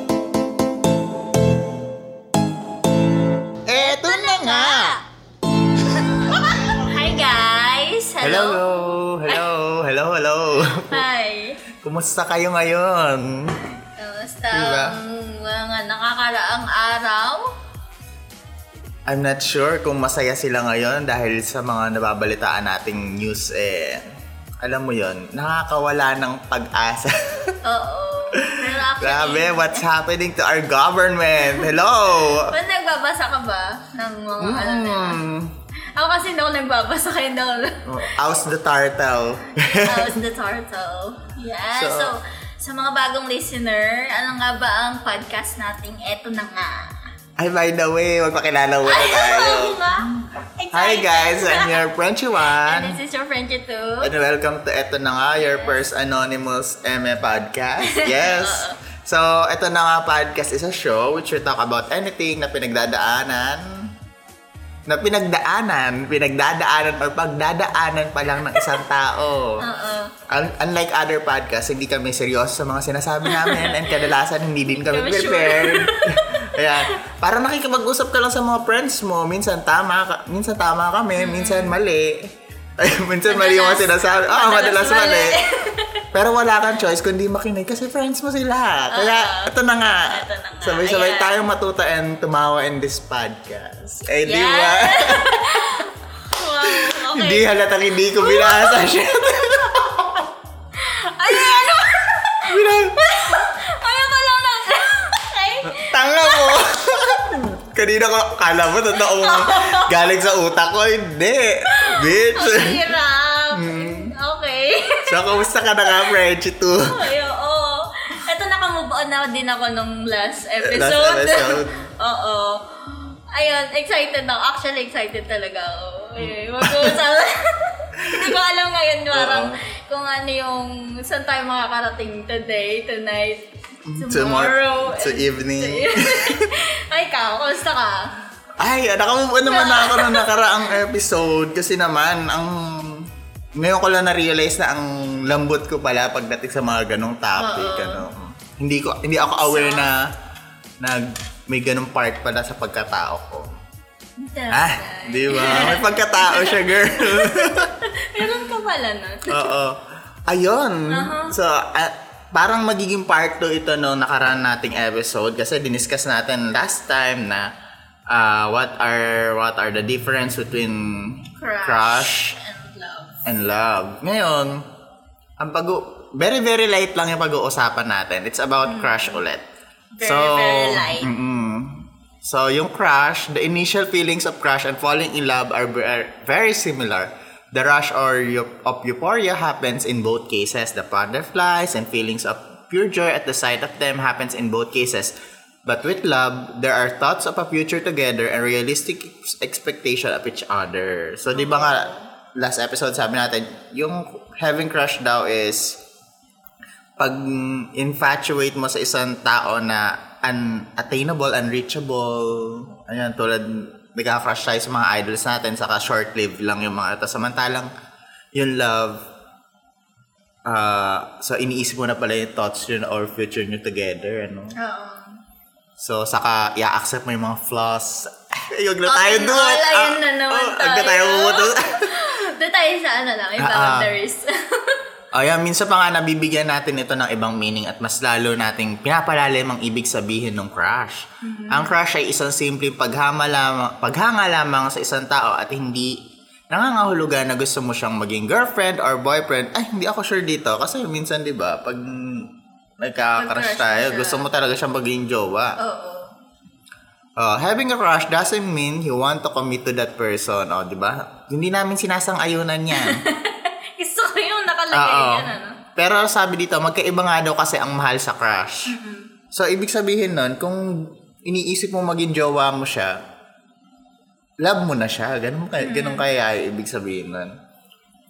Kumusta kayo ngayon? Kamusta Diba? ang mga nakakaraang araw? I'm not sure kung masaya sila ngayon dahil sa mga nababalitaan nating news eh. Alam mo yon, nakakawala ng pag-asa. Oo. Pero actually, Grabe, what's happening to our government? Hello! Ba't nagbabasa ka ba ng mga ano na yun? Mm. Ako kasi hindi ako nagbabasa kayo daw. Oh, How's the turtle? How's the turtle? Yeah. So- So, sa mga bagong listener, ano nga ba ang podcast nating eto na nga? Ay, by the way, magpakilala muna tayo. Ayaw nga! Hi Excited. guys, I'm your Frenchy And One. this is your friend you too. And welcome to Eto Na Nga, your first anonymous ME podcast. Yes. Oo. so, Eto Na Nga podcast is a show which we talk about anything na pinagdadaanan. Na pinagdaanan, pinagdadaanan or pagdadaanan pa lang ng isang tao. Oo. Un- Unlike other podcasts, hindi kami seryoso sa mga sinasabi namin and kadalasan hindi din kami Kami sure. prepared. Ayan. Parang nakikipag-usap ka lang sa mga friends mo. Minsan tama, ka- minsan tama kami, minsan mali. Ay, minsan mali yung mga Madalas- sinasabi. Oo, madalas, madalas mali. mali. Pero wala kang choice kundi makinig kasi friends mo sila. Kaya, Oo. ito na nga. Ito na nga. Sabay-sabay Ayan. tayong matuta and tumawa in this podcast. Eh, di Yes. ba? Wow, okay. Hindi halatang hindi ko binasa siya. Ay, ano? Binasa. Ayaw ko lang na. Okay. Tanga mo! Kanina ko, kala mo, totoo mo. Galing sa utak ko, hindi. Bitch! Ang hirap. Mm. Okay. So, kamusta ka na nga, Frenchie 2? Ay, oo. Ito, nakamove on na din ako nung last episode. episode. oo. Ayun, excited ako. Actually, excited talaga ako. Ayun, Mag-uusap. Hindi ko alam ngayon, parang Mm. Oo. kung ano yung, saan tayo makakarating today, tonight, Mm, Tomorrow. tomorrow. To evening. Ay, ikaw, kamusta ka? Ay, nakamove on naman ako ng nakaraang episode. Kasi naman, ang... Ngayon ko lang na-realize na ang lambot ko pala pagdating sa mga ganong topic. Oo. Ano. Hindi ko hindi ako aware na, na may ganong part pala sa pagkatao ko. Ah, di ba? May pagkatao siya, girl. Meron ka pala nun. Oo. Ayun. Aha. So, ah, parang magiging part 2 ito nung nakaraan nating episode kasi diniscuss natin last time na ah, what are what are the difference between Crush. crush And love. and love. Ngayon, ang pag very very light lang yung pag-uusapan natin. It's about crush ulit. Mm. Very, very light. mm-mm. So, yung crush, the initial feelings of crush and falling in love are ver- very similar. The rush or eu- of euphoria happens in both cases. The butterflies and feelings of pure joy at the sight of them happens in both cases. But with love, there are thoughts of a future together and realistic ex- expectation of each other. So, di ba nga, last episode sabi natin, yung having crush daw is pag infatuate mo sa isang tao na unattainable, unreachable, ayan, tulad nagka-crush tayo sa mga idols natin, saka short-lived lang yung mga ito. Samantalang, yung love, ah, so iniisip mo na pala yung thoughts yun or future nyo together, ano. Oo. So, saka, i-accept mo yung mga flaws. Ay, huwag na tayo All in doon! all, ayun Ah, na naman oh, Huwag na tayo. tayo pumutok. Doon tayo sa ano lang, yung Ah, ah. boundaries. Ayan, Ah, minsan pa nga nabibigyan natin ito ng ibang meaning at mas lalo nating pinapalalim ang ibig sabihin ng crush. Ang crush ay isang simpleng paghama lamang, paghanga lamang sa isang tao at hindi nangangahulugan na gusto mo siyang maging girlfriend or boyfriend. Ay, hindi ako sure dito kasi minsan 'di ba, pag nagka-crush Pag-crush tayo, siya. gusto mo talaga siyang maging jowa. Oo. Oh, having a crush doesn't mean you want to commit to that person, oh, 'di ba? Hindi namin sinasang-ayunan 'yan. Gusto ko yung nakalagay Oo. yan, ano? Pero sabi dito, magkaiba nga daw kasi ang mahal sa crush. Mm-hmm. So, ibig sabihin nun, kung iniisip mo maging jowa mo siya, love mo na siya. Ganun, kaya, ganun Mm-hmm. kaya ibig sabihin nun.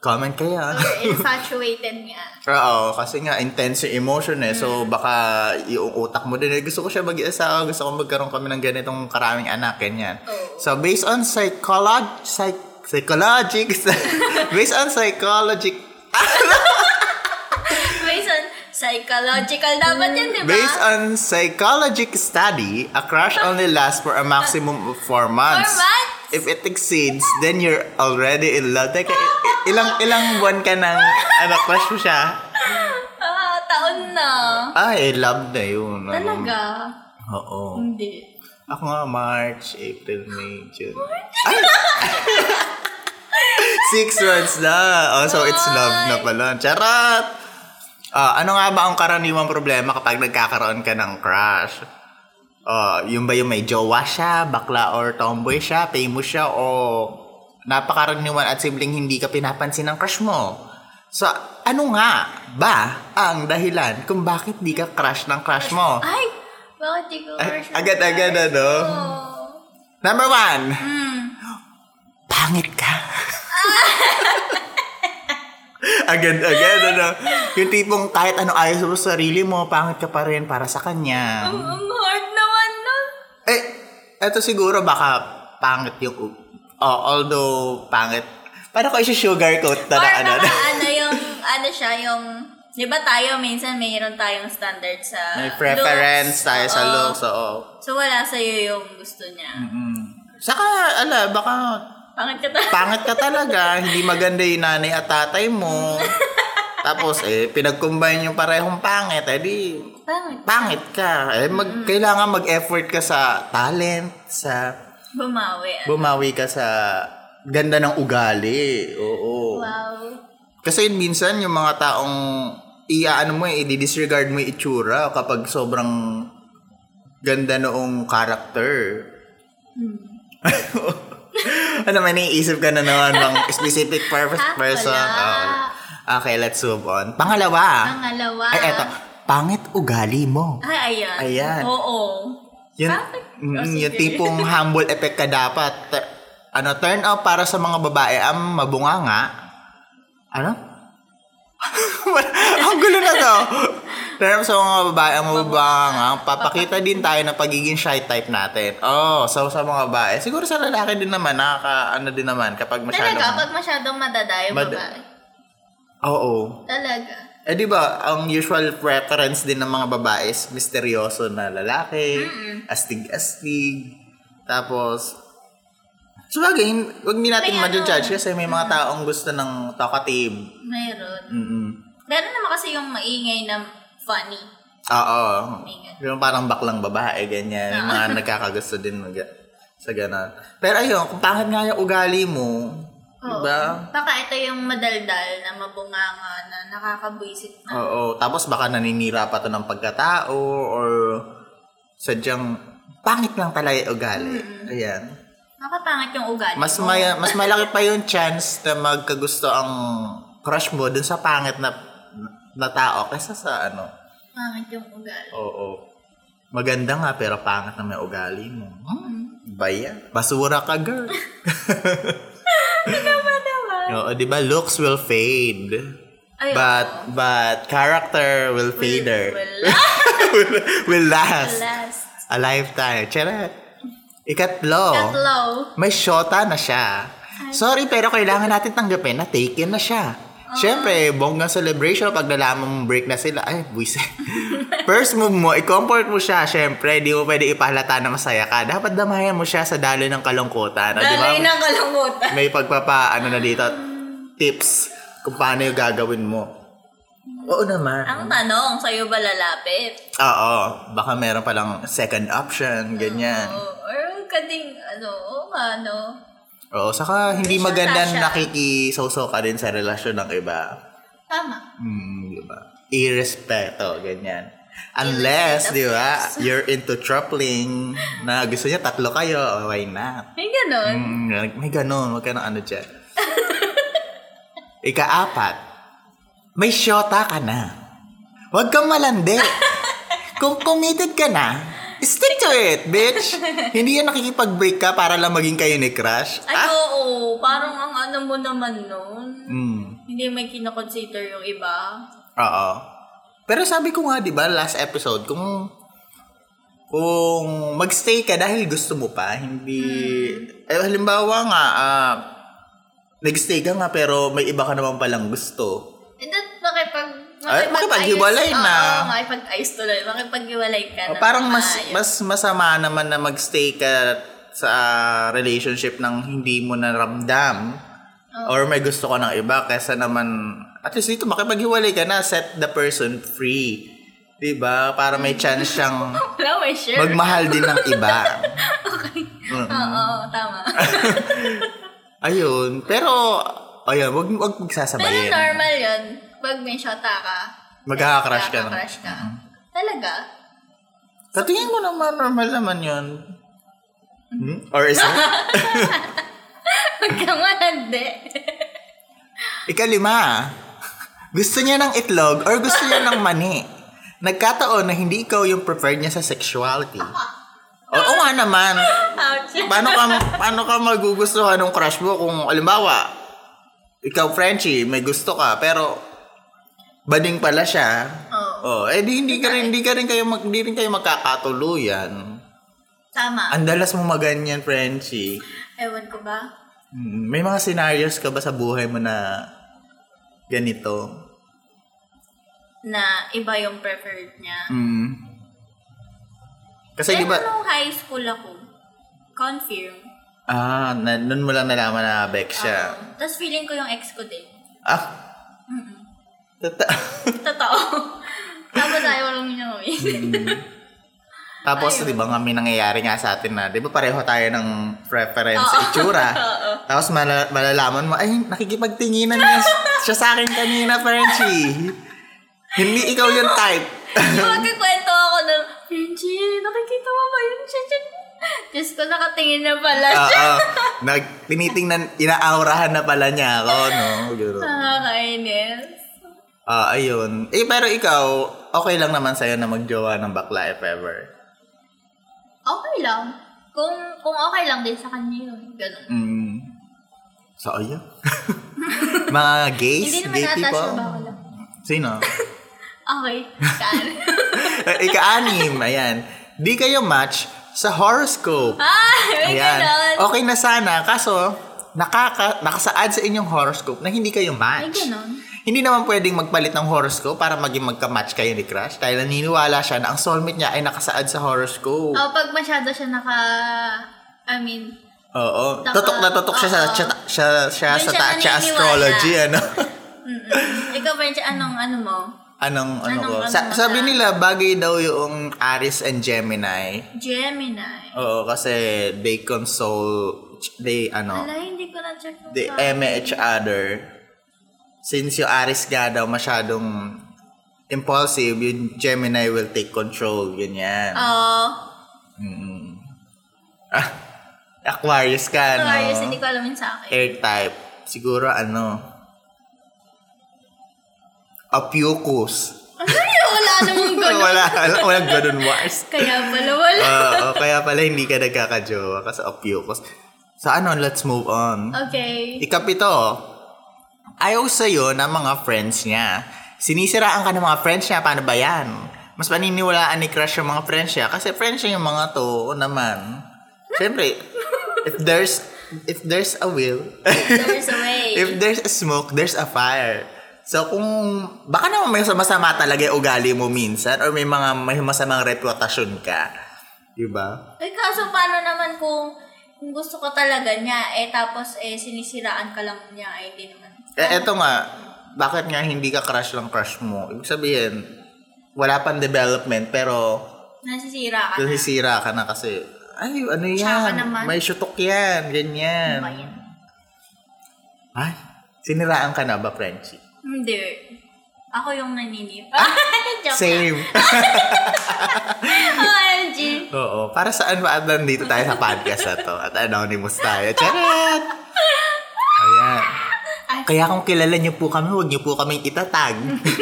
Comment kaya. Or infatuated niya. Oo, kasi nga intense yung emotion eh. So Mm-hmm. baka yung utak mo din eh, gusto ko siya mag-iasawa, gusto ko magkaroon kami ng ganitong karaming anak, ganyan. Oo. So based on psycholog psych- psychologic based on psychologic Based on psychological dapat yan, di ba? Based on psychologic study, a crush only lasts for a maximum of four months. Four months? If it exceeds, then you're already in love. Teka, i- i- ilang ilang buwan ka nang ano, crush mo siya? Ah, taon na. Ay, love na yun. ano. Talaga? Oo. Hindi. Ako nga, March, April, May, June. Ay! Six months na. Oh, so it's love na pala. Charot! Ah, ano nga ba ang karaniwang problema kapag nagkakaroon ka ng crush? Ah, yung ba yung may jowa siya, bakla or tomboy siya, famous siya, o napakaraniwan at simpleng hindi ka pinapansin ng crush mo? So, ano nga ba ang dahilan kung bakit di ka crush ng crush mo? Ay! Bakit di ko Ay, crush? Agad-agad ano? Oh. Number one, Hmm. pangit ka. Agad-agad, ano? Yung tipong kahit ano ayos mo sa sarili mo, pangit ka pa rin para sa kanya. Ang- Ang hard naman nun. Eh, eto siguro baka pangit yung... Oh, although, pangit. Paano ko isi-sugarcoat na Or na ano? baka ano yung, ano siya, yung, di ba tayo minsan mayroon tayong standard sa May preference looks? tayo sa Oo. looks, oo. So wala sa'yo yung gusto niya. Mm. Saka, ala, baka Pangit ka talaga. pangit ka talaga, hindi maganda yung nanay at tatay mo. Tapos, eh, pinag-combine yung parehong pangit, eh di, Pangit. pangit ka. Eh, mag, kailangan mag-effort ka sa talent, sa Bumawi. ah. bumawi ka sa ganda ng ugali. Oo. Wow. Kasi minsan yung mga taong iaano mo, eh, i-disregard mo yung itsura kapag sobrang ganda noong character. Hmm. ano man, naiisip ka na naman ng specific purpose Ah, person. wala. Oh. Okay, let's move on. Pangalawa. Pangalawa. Ah. Ay, eto. Pangit ugali mo. Ay, ayan. Ayan. Oo. Yun, Bakit? mm, Oh, yung sige. tipong humble effect ka dapat. Tur- ano, turn off para sa mga babae ang mabunganga. Ano? ang gulo na to. Turn off sa mga babae ang mabunganga. Papakita din tayo ng pagiging shy type natin. Oh, so sa mga babae. Siguro sa lalaki din naman, nakaka, ano din naman, kapag masyadong... Talaga, pag masyadong madadayo Mad- babae. Oo. Talaga. Eh di ba, ang usual preference din ng mga babae is misteryoso na lalaki, astig-astig, tapos So again, wag din natin May ano. ma-judge kasi may mga taong gusto ng talkative. Mayroon. Mm-mm. Meron naman kasi yung maingay na funny. Oo. Maingay. Yung parang baklang babae, ganyan. Yung mga nagkakagusto din mag- sa ganon. Pero ayun, kung pangit nga yung ugali mo, di Oo. ba? Baka ito yung madaldal na mabunganga na nakakabwisit na. Oo. Tapos baka naninira pa to ng pagkatao or sadyang pangit lang talaga yung ugali. Ayan. Nakapangit yung ugali. Mas, mo. maya, mas malaki pa yung chance na magkagusto ang crush mo dun sa pangit na, na tao kaysa sa ano. Pangit yung ugali. Oo. Maganda nga pero pangit na may ugali mo. Hmm. Baya. Basura ka, girl. Oo, di ba? Looks will fade. Ayun. But, but character will fader. Wala. will, will last. Oh. Last. A lifetime. Charot. Ikatlo. Tatlo. May shota na siya. Sorry, pero kailangan natin tanggapin na taken na siya. Ah. Siyempre, bongga celebration pag nalaman mong break na sila. Ay, buwis. First move mo, i-comfort mo siya. Siyempre, di mo pwede ipahalata na masaya ka. Dapat damayan mo siya sa daloy ng kalungkutan. O, Ah, di ba? Daloy ng kalungkutan. may pagpapa ano na dito tips kung paano yung gagawin mo. Oo naman. Ang tanong, sa'yo ba lalapit? Oo, baka meron palang second option, ganyan. Oo. Or huwag ka ding, ano, oo nga, no? Oo, saka hindi May shota maganda siya. nakikisawsaw ka din sa relasyon ng iba. Tama. Hmm, di ba? Irrespeto, ganyan. Unless, Irrespeto, di ba, you're into tripling na gusto niya tatlo kayo, oh, why not? May ganun. Mm, like, may ganun. Huwag ka nang ano dyan. Ika-apat. May shota ka na. Huwag kang malandi. Kung committed ka na, stick to it, bitch. Hindi yan nakikipag-break ka para lang maging kayo ni Crush. Ah, Ay, oo. Parang ang ano mo naman nun. Mm, Hindi may kinoconsider yung iba. oo. Pero sabi ko nga, di ba, last episode, kung kung magstay ka dahil gusto mo pa, hindi... Eh, halimbawa nga, ah, nagstay ka nga pero may iba ka naman palang gusto. And then, Ay, Eh, makipag... Ah, eh, makipaghiwalay ayos- na. Oo, makipag-ayos tuloy. Makipaghiwalay ka O, na. Ah, parang mas Ayos. mas masama naman na magstay ka sa ah, relationship ng hindi mo naramdam or may gusto ka ng iba kaysa naman at least dito makipaghiwalay ka na, set the person free. 'Di ba? Para may chance siyang Wala, may sure. magmahal din ng iba. okay. Oo, tama. Ano Ayun. Pero, ayun, wag, wag Pero magsasabayin. normal yun. Pag may shota ka, Magkakakrush ka Mm-hmm. na. crush ka. Talaga? Sa tingin ko naman, normal naman yun. Hmm? Or is it? Huwag ka malandi. Ikalima. Gusto niya ng itlog or gusto niya ng mani. Nagkataon na hindi ikaw yung preferred niya sa sexuality. Oo nga naman. Ouch. Paano ka, paano ka magugustuhan ng crush mo kung, alimbawa, ikaw, Frenchie, may gusto ka, pero bading pala siya. Oo. Oh, eh di, hindi ka rin, hindi ka rin kayo, mag, hindi rin kayo magkakatuluyan. Tama. Ang dalas mo maganyan, Frenchie. Ewan ko ba? Mm, May mga scenarios ka ba sa buhay mo na ganito? Na iba yung preferred niya. Mm. Kasi di Pero ba, nung high school ako, confirm. ah, na, nun mo lang nalaman na Beck siya. Tapos feeling ko yung ex ko din. Ah, tata- Totoo. Tapos ayaw lang niya kami. Tapos, di ba nga, may nangyayari nga sa atin na, di ba pareho tayo ng preference sa itsura. Oo. Tapos mala- malalaman mo, ay, nakikipagtinginan niya siya sa akin kanina, Frenchie. Hindi ikaw yung type. Magkikwento ako ng, Benji, nakikita mo ba yun? Siya, siya. Diyos ko, nakatingin na pala siya. Oo. Nag, tinitingnan, inaaurahan na pala niya ako, no? Ganun. Nakakainis. Ah, ayun. Eh, pero ikaw, okay lang naman sa'yo na magjowa ng bakla if ever. Okay lang. Kung kung okay lang din sa kanya yun. Ganun. Mm. So, ayun. Mga gays, Hindi naman gay atas people. yung bawal. Sino? Okay. Kaan. Eh, Ika-anim, ayan. Di kayo match sa horoscope. ah, may ganun. Okay na sana, kaso nakaka, nakasaad sa inyong horoscope na hindi kayo May match. ganun. Hindi naman pwedeng magpalit ng horoscope para maging magka-match kayo ni Crush dahil naniniwala siya na ang soulmate niya ay nakasaad sa horoscope. Oh, pag masyado siya naka... I mean, Oo. Naka- Totok na totok siya sa Oh, oo. siya, siya, siya Doon sa siya ta- siya naniniwala. astrology ano. mm-mm. ikaw ba anong ano mo? Anong ano Anong ko? ano Sa- na- sabi nila bagay daw yung Aries and Gemini. Gemini. Oo, kasi they console they ano, Ala, hindi ko na-check. yung they sa- eme each other. Since yung Aries nga daw masyadong impulsive, yung Gemini will take control, ganyan. Oo. Mm. Ah, Aquarius ka, no? Aquarius, hindi ko alam yun sa akin. air type, siguro ano, Apucus. Ano yun? Wala namang ganun. wala, wala, walang ganun Mars. Kaya pala wala. Oo, kaya pala hindi ka nagkakajowa kasi Apucus. Sa ano, let's move on. okay. Ikapito, oh. ayaw sa'yo ng mga friends niya. Sinisiraan ka ng mga friends niya, paano ba yan? Mas paniniwalaan ni crush yung mga friends niya kasi friends niya yung mga to oo naman. Siyempre, if there's if there's a will, There's a way. If there's a smoke, there's a fire. So kung baka naman may masama talaga yung ugali mo minsan or may mga may masamang reputasyon ka. 'Di ba? Eh, kaso paano naman kung, kung gusto ko talaga niya, eh tapos eh sinisiraan ka lang niya, eh di naman. Eh eto nga, bakit nga hindi ka crush lang crush mo? Ibig sabihin, wala pang development pero Nasisira ka na. nasisira ka na kasi ay, ano Tsaka yan? naman. May sutok yan, ganyan. Ano ba yan? Ay, siniraan ka na ba, Frenchie? Hindi. Ako yung naninip. Ah! Joke Oh, Same. lang. OMG. Oo. Para saan ba at nandito tayo sa podcast na to? At anonymous tayo. Charot! Ayan. Kaya kung kilala niyo po kami, huwag niyo po kaming itatag.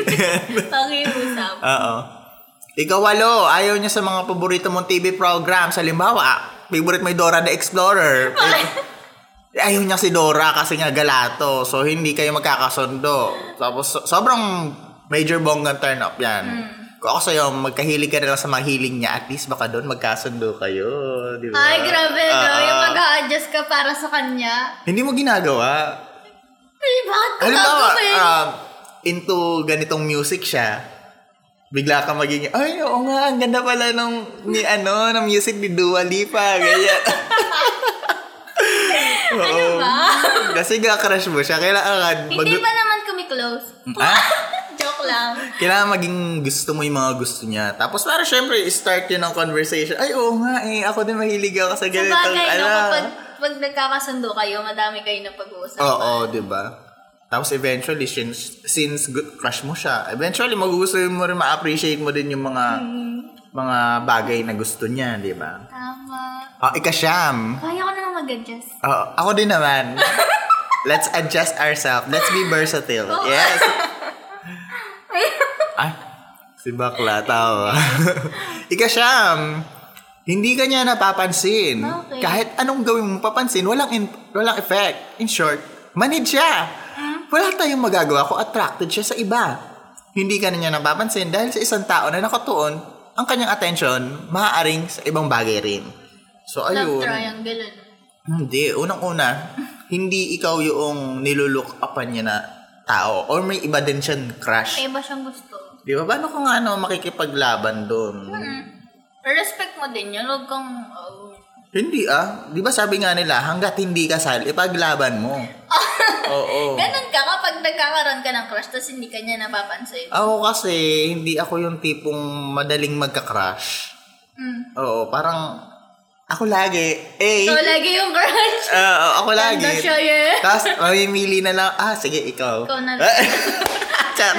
Pakiusap. Oo. Ikawalo, ayaw niya sa mga paborito mong TV program. Sa limbawa, favorite mo yung Dora the Explorer. Ayaw niya si Dora kasi nga galato. So, hindi kayo magkakasundo. Tapos, so- sobrang major bonggang turn up yan. Hmm. Kung ako sa'yo, magkahilig ka na lang sa mga hiling niya. At least baka doon magkasundo kayo. Di ba? Ay, grabe no? Oo. Yung mag-a-adjust ka para sa kanya. Hindi mo ginagawa. Ay, bakit ko Halimbawa, gagawin? um, into ganitong music siya, bigla ka maging, ay, oo nga, ang ganda pala nung, ni ano, ng music ni Dua Lipa, ganyan. Ano ba? Ano Kasi ga-crush mo siya, kailangan Hindi mag- ba naman kami close. Ah? Joke lang. Kailangan maging gusto mo yung mga gusto niya. Tapos para syempre, start yun ng conversation. Ay, oo nga eh. Ako din mahilig ako sa Sa ganitong bagay, no, ano. kapag pag nagkakasundo kayo, madami kayo na pag-uusap. Oo, di ba? Tapos eventually, since, since good crush mo siya, eventually magugustuhin mo rin, ma-appreciate mo din yung mga mga bagay na gusto niya, diba? di ba? Tama. Oh, ikasyam. Kaya ko naman mag-adjust. Oo, Ah, ako din naman. Let's adjust ourselves. Let's be versatile. Yes. Ay, si bakla, tawa. ikasyam. Hindi ka niya napapansin. Bakit? Kahit anong gawin mo papansin, walang, in- walang effect. In short, manid siya. Wala tayong magagawa kung attracted siya sa iba. Hindi ka na niya napapansin dahil sa isang tao na nakatuon, ang kanyang attention maaaring sa ibang bagay rin. So, Love ayun. triangle, ano? Hindi. Unang-una, hindi ikaw yung nilulook upan niya na tao. Or may iba din siyang crush. May iba siyang gusto. Di ba? Paano kung ano, makikipaglaban doon? Hmm. Respect mo din yun. Huwag kang... oh. Hindi ah. Di ba sabi nga nila, hanggat hindi ka sal, ipaglaban mo. Oo. Ganun ka kapag nagkakaroon ka ng crush tapos hindi ka niya napapansin. Ako kasi, hindi ako yung tipong madaling magka-crush. Hmm. Oo, parang ako lagi. Eh, So, lagi yung crush. Oo, ako lagi. Ganda siya, yeah. Tapos, mamimili na lang. Ah, sige, ikaw. Ikaw na lang. Char.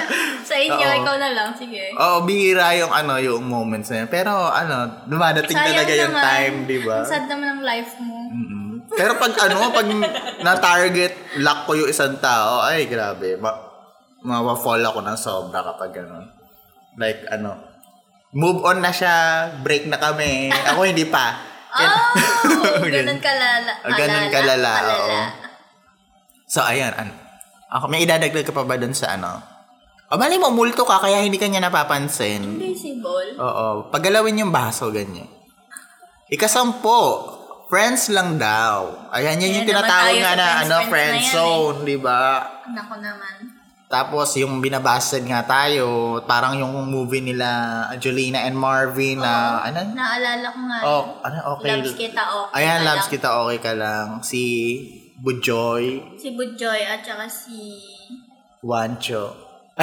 Sa inyo, Oo. ikaw na lang. Sige. Oo, bihira yung ano, yung moments na yun. Pero ano, dumadating talaga yung time, di ba? Ang sad naman ng life mo. Mm. Pero pag ano, pag na-target lock ko yung isang tao, ay grabe, ma mawa-fall ako ng sobra kapag ano. Like ano, move on na siya, break na kami. Ako hindi pa. Oh! Ganun. ganun kalala. Ah, ganun kalala, Ah, Alala. oo. So, ayan. Ano, ako, may idadagdag ka pa ba dun sa ano? O, mali mo, multo ka, kaya hindi kanya napapansin. Invisible. Oo. Paggalawin yung baso, ganyan. Ikasampo, friends lang daw. Ayan, yan yung Ayan naman tinatawag tayo nga sa na, friends, ano, friends friend na yan eh. zone, di ba? Nako naman. Tapos, yung binabasted nga tayo, parang yung movie nila, Jolina and Marvin na, ano? Naalala ko nga. Oh, yun. ano, okay. Loves kita, okay. Ayan, ka loves lang. kita, okay ka lang. Si Bujoy, Si Budjoy at saka si... Wancho.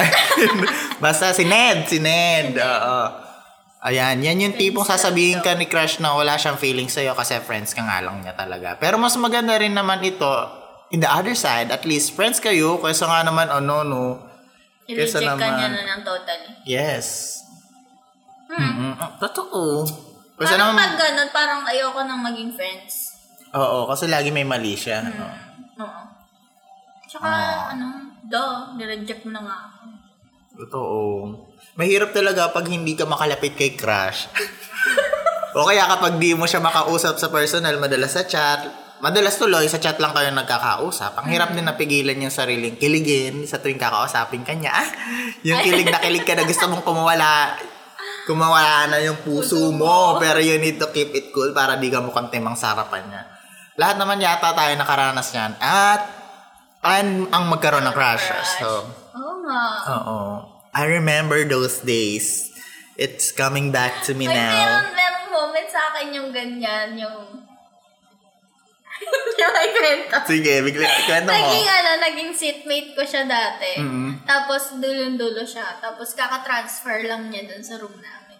Basta si Ned, si Ned. Oo. Ayan, yan yung tipong sasabihin ka ni crush na wala siyang feeling sa'yo kasi friends ka nga lang niya talaga. Pero mas maganda rin naman ito, in the other side, at least friends kayo, kaysa nga naman, oh no, no. Kesa I-reject ka naman. niya na ng totally. Yes. Mm, Hmm. ah, Totoo. Kasi parang naman, pag ganun, parang ayoko nang maging friends. oo, kasi lagi may mali siya. ano. Hmm. Oo. Tsaka, Ah. ano, do, nireject mo na nga ako. Totoo. Mahirap talaga pag hindi ka makalapit kay crush. o kaya kapag di mo siya makausap sa personal, madalas sa chat, madalas tuloy, sa chat lang kayo nagkakausap. Ang hirap din napigilan yung sariling kiligin sa tuwing kakausapin ka niya. Ah, yung kilig na kilig ka na gusto mong kumawala, kumawala na yung puso mo. Pero you need to keep it cool para di ka mukhang timang sarapan niya. Lahat naman yata tayo nakaranas niyan. At, an ang magkaroon ng crush. So, Oo nga. Oo. I remember those days. It's coming back to me Ay, now. meron, meron moment sa akin yung ganyan, yung... yung may kwento. Sige, bigla kwento mo. Naging, ano, naging seatmate ko siya dati. Mhm. Tapos, dulon-dulo siya. Tapos, kaka-transfer lang niya dun sa room namin.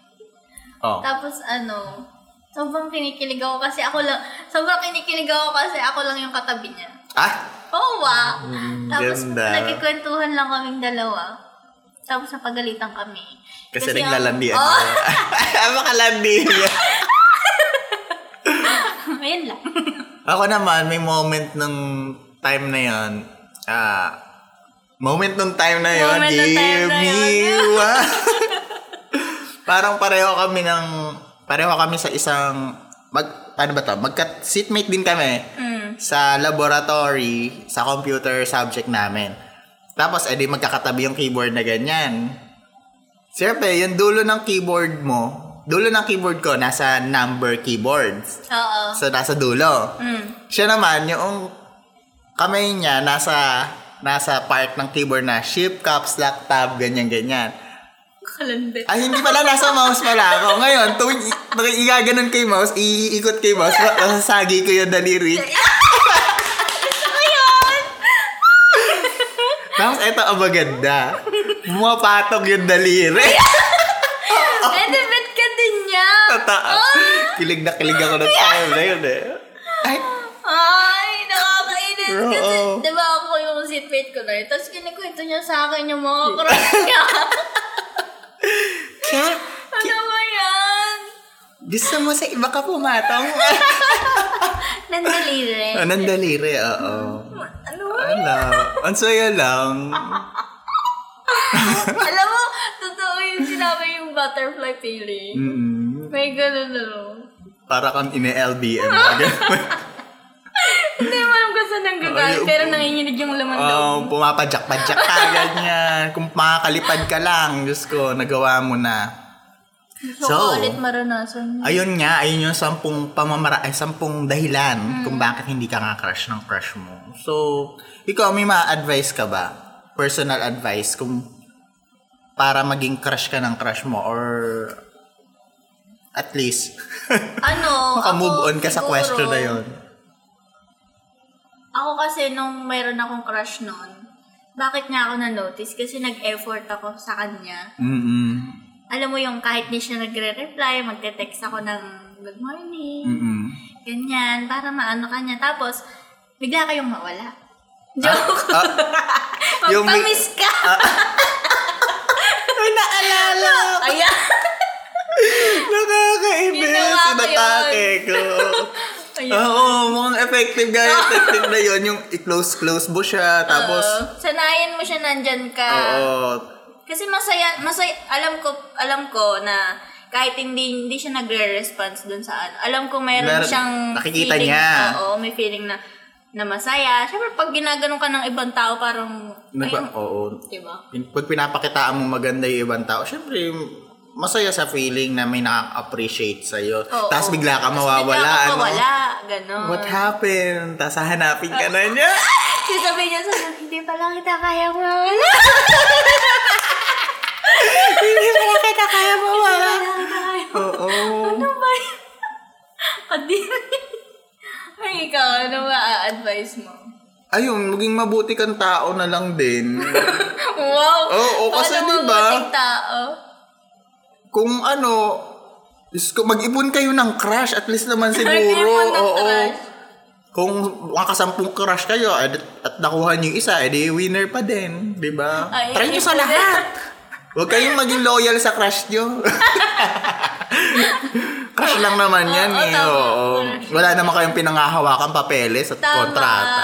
Oh. Tapos, ano, sobrang kinikilig ako kasi ako lang, sobrang kinikilig ako kasi ako lang yung katabi niya. Ah? Oo ba? Mm, Tapos, ganda. nagkikwentuhan lang kaming dalawa. Tapos, napagalitan kami. Kasi, ang- naglalandian Oo, ako. Oh. Ah, Makalandian niya. ayun lang. Ako naman, may moment ng time na yon. Ah, moment ng time na yon. Moment nung time Give na me yun. one. Parang pareho kami ng, pareho kami sa isang, mag, paano ba to? Magka-seatmate din kami. Mm. sa laboratory, sa computer subject namin. Tapos, edi magkakatabi yung keyboard na ganyan. Siyempre, yung dulo ng keyboard mo, dulo ng keyboard ko, nasa number keyboards. Oo. So, nasa dulo. Mm. Siya naman, yung kamay niya, nasa, nasa part ng keyboard na shift, caps, lock, tab, ganyan-ganyan. Kalambit. Ay, hindi pala. Nasa mouse pala ako. Ngayon, tuwing i- tuwing igaganon kay mouse, iikot kay mouse, ma- masasagi ko yung daliri. Tapos eto ang maganda. Pumapatog yung daliri. Ah. Benefit ka din niya. Totoo. Kilig na kilig ako ng time na yun eh. Ay, Ay, nakakainis. Bro, Kasi, oh. di ba ako yung seatmate ko na yun? Tapos kinikwento niya sa akin yung mga crush niya. kaya, ano ba yan? gusto mo sa iba ka pumatong? Oh, Nandaliri. Anong daliri, oo. Ano ba Ano, ang saya lang. Alam mo, totoo yung sinabi yung butterfly feeling. Mm-mm. May ganun ano. Para kang ine-LBM. Hindi mo alam kung saan ang gagaling, Ay, pero nanginginig yung laman daw. Oh, pumapajak-pajak ka, ganyan. Kung makakalipad ka lang, Diyos ko, nagawa mo na. Gusto ko so- ulit maranasan. Ayun nga, ayun yung sampung pamamara, ay, sampung Mm. dahilan kung bakit hindi ka nga crush ng crush mo. So, ikaw, may ma-advise ka ba? Personal advice kung para maging crush ka ng crush mo or at least Ano? makamove ako on ka sa siguro- question na yun. Ako kasi nung mayroon akong crush noon, bakit niya ako na-notice? Kasi nag-effort ako sa kanya. Mm-mm. Alam mo yung kahit di siya nagre-reply, magte-text ako ng good morning, Mm-mm. ganyan, para maano kanya. Tapos, bigla kayong mawala. Joke! Ah, yung bi- Magpamis ka! Ay, naalala! Ayan! Nakakaibis! Ginawa ko Inatake ko. Ayun. Oo, mukhang effective guys. Effective na yun. Yung i-close-close mo siya. Tapos, Oo. sanayin mo siya nandyan ka. oo. Kasi masaya, masaya, alam ko, alam ko na kahit hindi, hindi siya nagre-response dun sa ano. Alam ko mayroon Meron- siyang nakikita feeling, niya. Oo, may feeling na, na masaya. Siyempre, pag ginaganon ka ng ibang tao, parang, Nagpa- ayun, oo. diba? Pin- Pag pinapakitaan mo maganda yung ibang tao, syempre, masaya sa feeling na may nakaka-appreciate sa'yo. Oo. Tapos bigla ka mawawala. Bigla ka ano? mawala, ganon. What happened? Tapos hahanapin ka na niya. Sasabihin niya sa akin, hindi pala kita kaya mawala. Hindi pala kita kaya mawala. Oo. Ano ba yun? Kadiri. Ay, ikaw, ano ba a-advise mo? Ayun, maging mabuti kang tao na lang din. Wow! Oo, kasi Paano diba? mabuting tao? kung ano, is- kung mag-ipon kayo ng crush, at least naman Hindi siguro. mo na oo. crush. Kung makasampung crush kayo at, at nakuha niyo yung isa, edi winner pa din, di ba? Ay, Try niyo sa hindi. lahat. Huwag kayong maging loyal sa crush niyo. crush lang naman yan Oo, eh. tama. oo. Wala naman kayong pinangahawakan papeles at Tama. kontrata.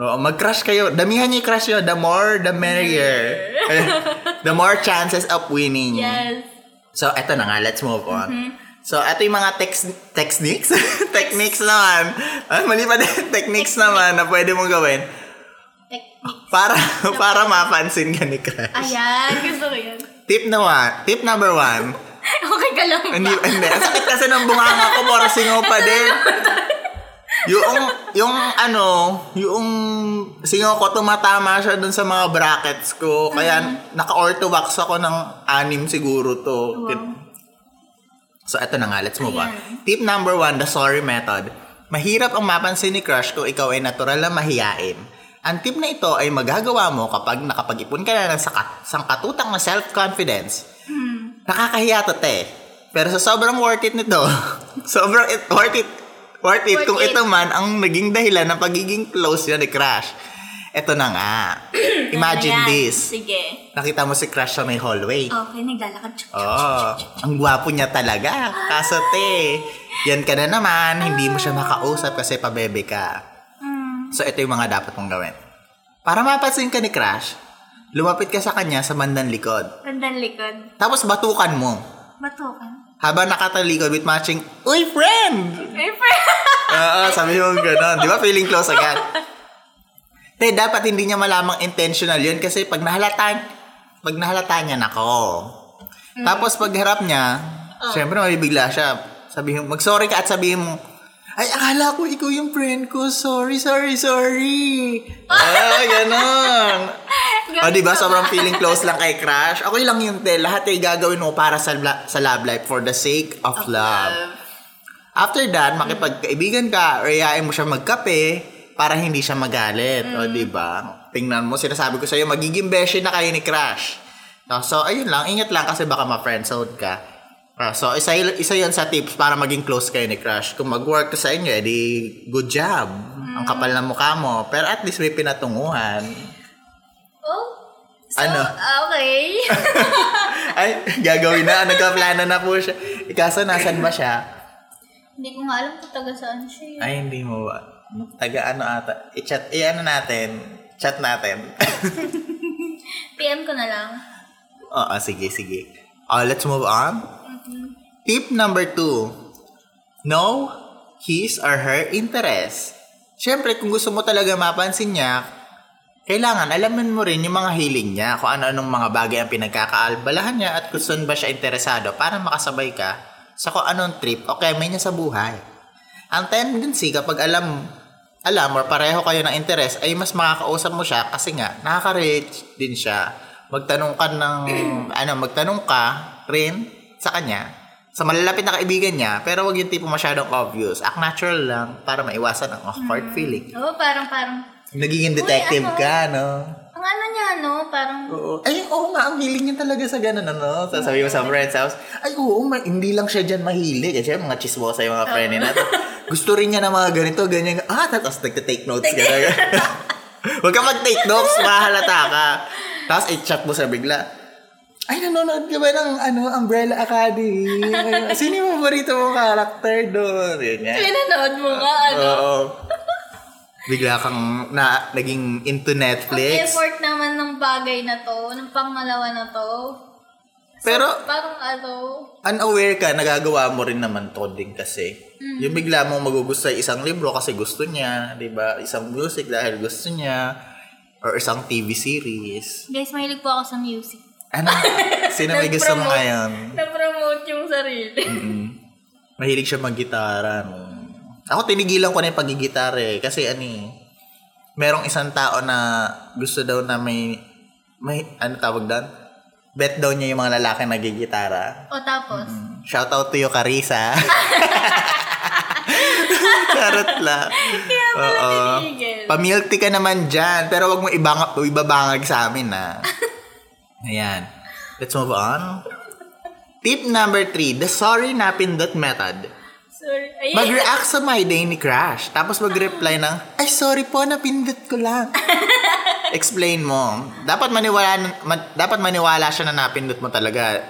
Oo, mag-crush kayo. Damihan niyo yung crush niyo. The more, the merrier. the more chances of winning. Yes. So, eto na nga. Let's move on. So, eto yung mga tex- techniques. techniques naman. Ay, mali pa din. techniques naman na pwede mong gawin Technique. para para mapansin ka ni Crush. Ayan, gusto ko yan. Tip na one. Tip number one. Okay ka lang ba? Hindi, Ano hindi. Ang sakit kasi ng bunganga ko. Para singaw pa din. Yung, yung ano, yung singaw ko tumatama siya dun sa mga brackets ko. Kaya naka-orthovax ako ng anim siguro to. Mm-hmm. Wow. So, eto na nga. Let's move on. Ayan. Tip number one, the sorry method. Mahirap ang mapansin ni crush kung ikaw ay natural na mahiyain. Ang tip na ito ay magagawa mo kapag nakapag-ipon ka na ng sakat, sangkatutang na self-confidence. Hmm. Nakakahiya to, te. Pero sa sobrang worth it nito, sobrang it, worth it, worth it Worth kung it. ito man ang naging dahilan ng pagiging close niya ni crush. Eto na nga. Imagine Ayan. this. Sige. Nakita mo si crush sa may hallway. Okay, naglalakad siya. Oh, ang gwapo niya talaga. Kaso te, yan ka na naman, hindi mo siya makausap kasi pabebe ka. Hmm. So ito yung mga dapat mong gawin. Para mapansin ka ni Crush, lumapit ka sa kanya sa bandang likod. Bandang likod. Tapos batukan mo. Batukan. Habang nakatalikod with matching, Uy, friend! Eh, friend! Oo, sabi mo gano'n. Di ba feeling close agad? Te, dapat hindi niya malamang intentional yun kasi pag nahalata, pag nahalata niya, nako. Tapos pag harap niya, syempre mabibigla siya. Sabihin mo, mag-sorry ka at sabihin mo, ay, akala ko ikaw yung friend ko. Sorry, sorry, sorry. Ah, ganon. o, di ba? Ah, diba? Sobrang feeling close lang kay Crush. Okay lang yun, te. Lahat ay gagawin mo para sa, la- sa love life for the sake of, love. Mm-hmm. After that, Mm-hmm. makipagkaibigan ka, or iayain mo siya magkape para hindi siya magalit. O, di ba? tingnan mo, sinasabi ko sa'yo, magiging beshi na kayo ni Crash. No, so, ayun lang, ingat lang kasi baka ma-friendzone ka. Ah, so, isa, isa yun sa tips para maging close kayo ni Crash. Kung mag-work ka sa inyo, edi good job. Ang kapal ng mukha mo. Pero at least may pinatunguhan. Oh? So, Ano? ah, okay. Ay, gagawin na. Nagkaplano na po siya. Ikaso, nasan ba siya? Hindi ko nga alam kung taga saan siya. eh. Ay, hindi mo ba? Taga ano ata? I-chat, i-ano natin? Chat natin. PM ko na lang. Oo, Ah, sige, sige. Uh, let's move on. Tip number two. Know his or her interest. Siyempre, kung gusto mo talaga mapansin niya, kailangan alamin mo rin yung mga hiling niya, kung ano-anong mga bagay ang pinagkakaabalahan niya at kung saan ba siya interesado para makasabay ka sa kung anong trip o keme niya sa buhay. Ang tendency kapag alam alam or pareho kayo ng interest ay mas makakausap mo siya kasi nga nakaka-relate din siya. Magtanong ka ng ano, magtanong ka rin sa kanya sa malalapit na kaibigan niya pero wag yung tipo masyadong obvious. Act natural lang para maiwasan ang awkward feeling. Oo, Oh, parang, parang, Nagiging detective Mm. Uy, ano? ka, no? ang ano niya, no? Parang, Oo. Ay, oo nga, ang hiling niya talaga sa ganun, ano? Sasabi mo sa friend's house, ay, oo, ma- hindi lang siya dyan mahilig. Kasi mga chismosa yung mga friend niya. Tapos, Gusto rin niya na mga ganito, ganyan. Ah, tapos nagta-take notes ka na. Huwag ka mag-take notes, mahalata ka. Tapos, i-chat mo sa bigla. Ay, nanonood ka ba ng ano, Umbrella Academy? Ay, Sino yung paborito mong character doon? Yun, yan. pinanood mo nga, ano? Oo. Bigla kang na, naging into Netflix. Effort naman ng bagay na to, ng pangalawa na to. Pero Parang ano, unaware ka, nagagawa mo rin naman to din kasi. Yung bigla mong magugustuhan isang libro kasi gusto niya, 'di ba? Isang music dahil gusto niya or isang TV series. guys, mahilig po ako sa music. Ano? Sino may gusto mo Nag-promote. ngayon? Na-promote yung sarili. Mahilig siya maggitara. No? Ako tinigilan ko na yung pagigitara eh. Kasi ano eh, merong isang tao na gusto daw na may, may ano tawag doon? Bet daw niya yung mga lalaki nagigitara. o tapos, Shout out to you, Carissa. Charot lang. kaya pala Oo. tinigil. Pamilty ka naman dyan. Pero wag mo ibang, ibabangag sa amin, ha? Ayan. Let's move on. Tip number three, the sorry na pindot method. Sorry. Ay, Mag-react sa My Day ni Crash. Tapos mag-reply ng, ay sorry po, napindot ko lang. Explain mo. Dapat maniwala, ma- dapat maniwala siya na napindot mo talaga.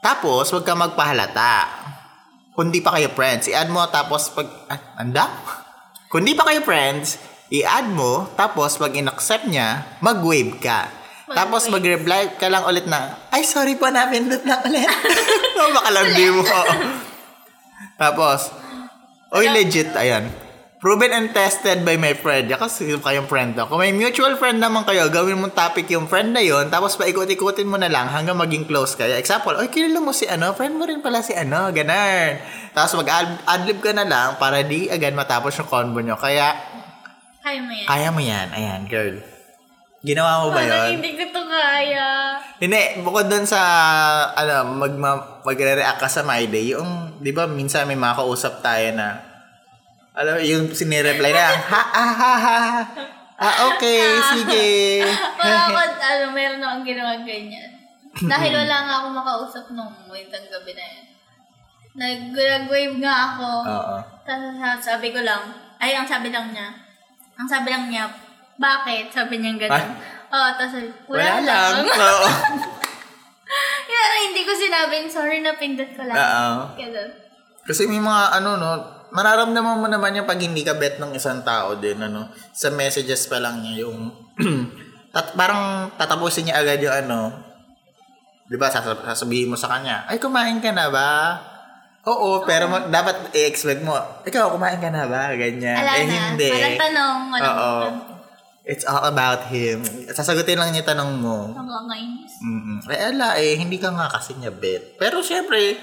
Tapos, huwag ka magpahalata. Kung di pa kayo friends, i-add mo tapos pag... Ah, anda? Kung di pa kayo friends, i-add mo tapos pag in-accept niya, mag-wave ka. Tapos mag-reply ka lang ulit na, ay sorry po, napindot lang ulit. Makalandi mo. Tapos, oy legit, ayan. Proven and tested by my friend. Yan kasi yung kayong friend daw. Kung may mutual friend naman kayo, gawin mong topic yung friend na yon tapos paikot-ikutin mo na lang hanggang maging close kayo. Example, oy, kilala mo si ano, friend mo rin pala si ano, ganun. Tapos mag-adlib ka na lang para di agad matapos yung convo nyo. Kaya, kaya mo yan. kaya mo yan. Ayan, girl. Ginawa mo ba Parang yun? hindi ko to kaya. Hindi, bukod dun sa, ano, magma, magre-react ka sa My Day, yung, di ba, minsan may makausap tayo na, alam mo, yung sinireply na, ha, ha, ha, ha, ha. ah, okay, sige. Parang ako, ano, meron akong ginawa ganyan. Dahil wala nga ako makausap nung wintang gabi na yun. Nag-wave nga ako. Oo. Tapos sa- sabi ko lang, ay, ang sabi lang niya, ang sabi lang niya, bakit? Sabi niya ganun. Oo, oh, tapos sabi, Wala wala, lang. lang. Oo. Kaya hindi ko sinabing, sorry na pindot ko lang. Oo. Ganun. Kasi may mga, ano, no, mararamdaman mo naman yung pag hindi ka bet ng isang tao din, ano, sa messages pa lang niya, yung, tat, parang tatapusin niya agad yung, ano, di ba, sasab- sasabihin mo sa kanya, ay, kumain ka na ba? Oo, pero mag- dapat i-expect mo, ikaw, kumain ka na ba? Ganyan. Wala eh, na. hindi. Walang tanong. Walang Oo. It's all about him. Sasagutin lang niya tanong mo. Nakakainis. Mm-mm. Eh, ala eh, hindi ka nga kasi niya bet. Pero syempre,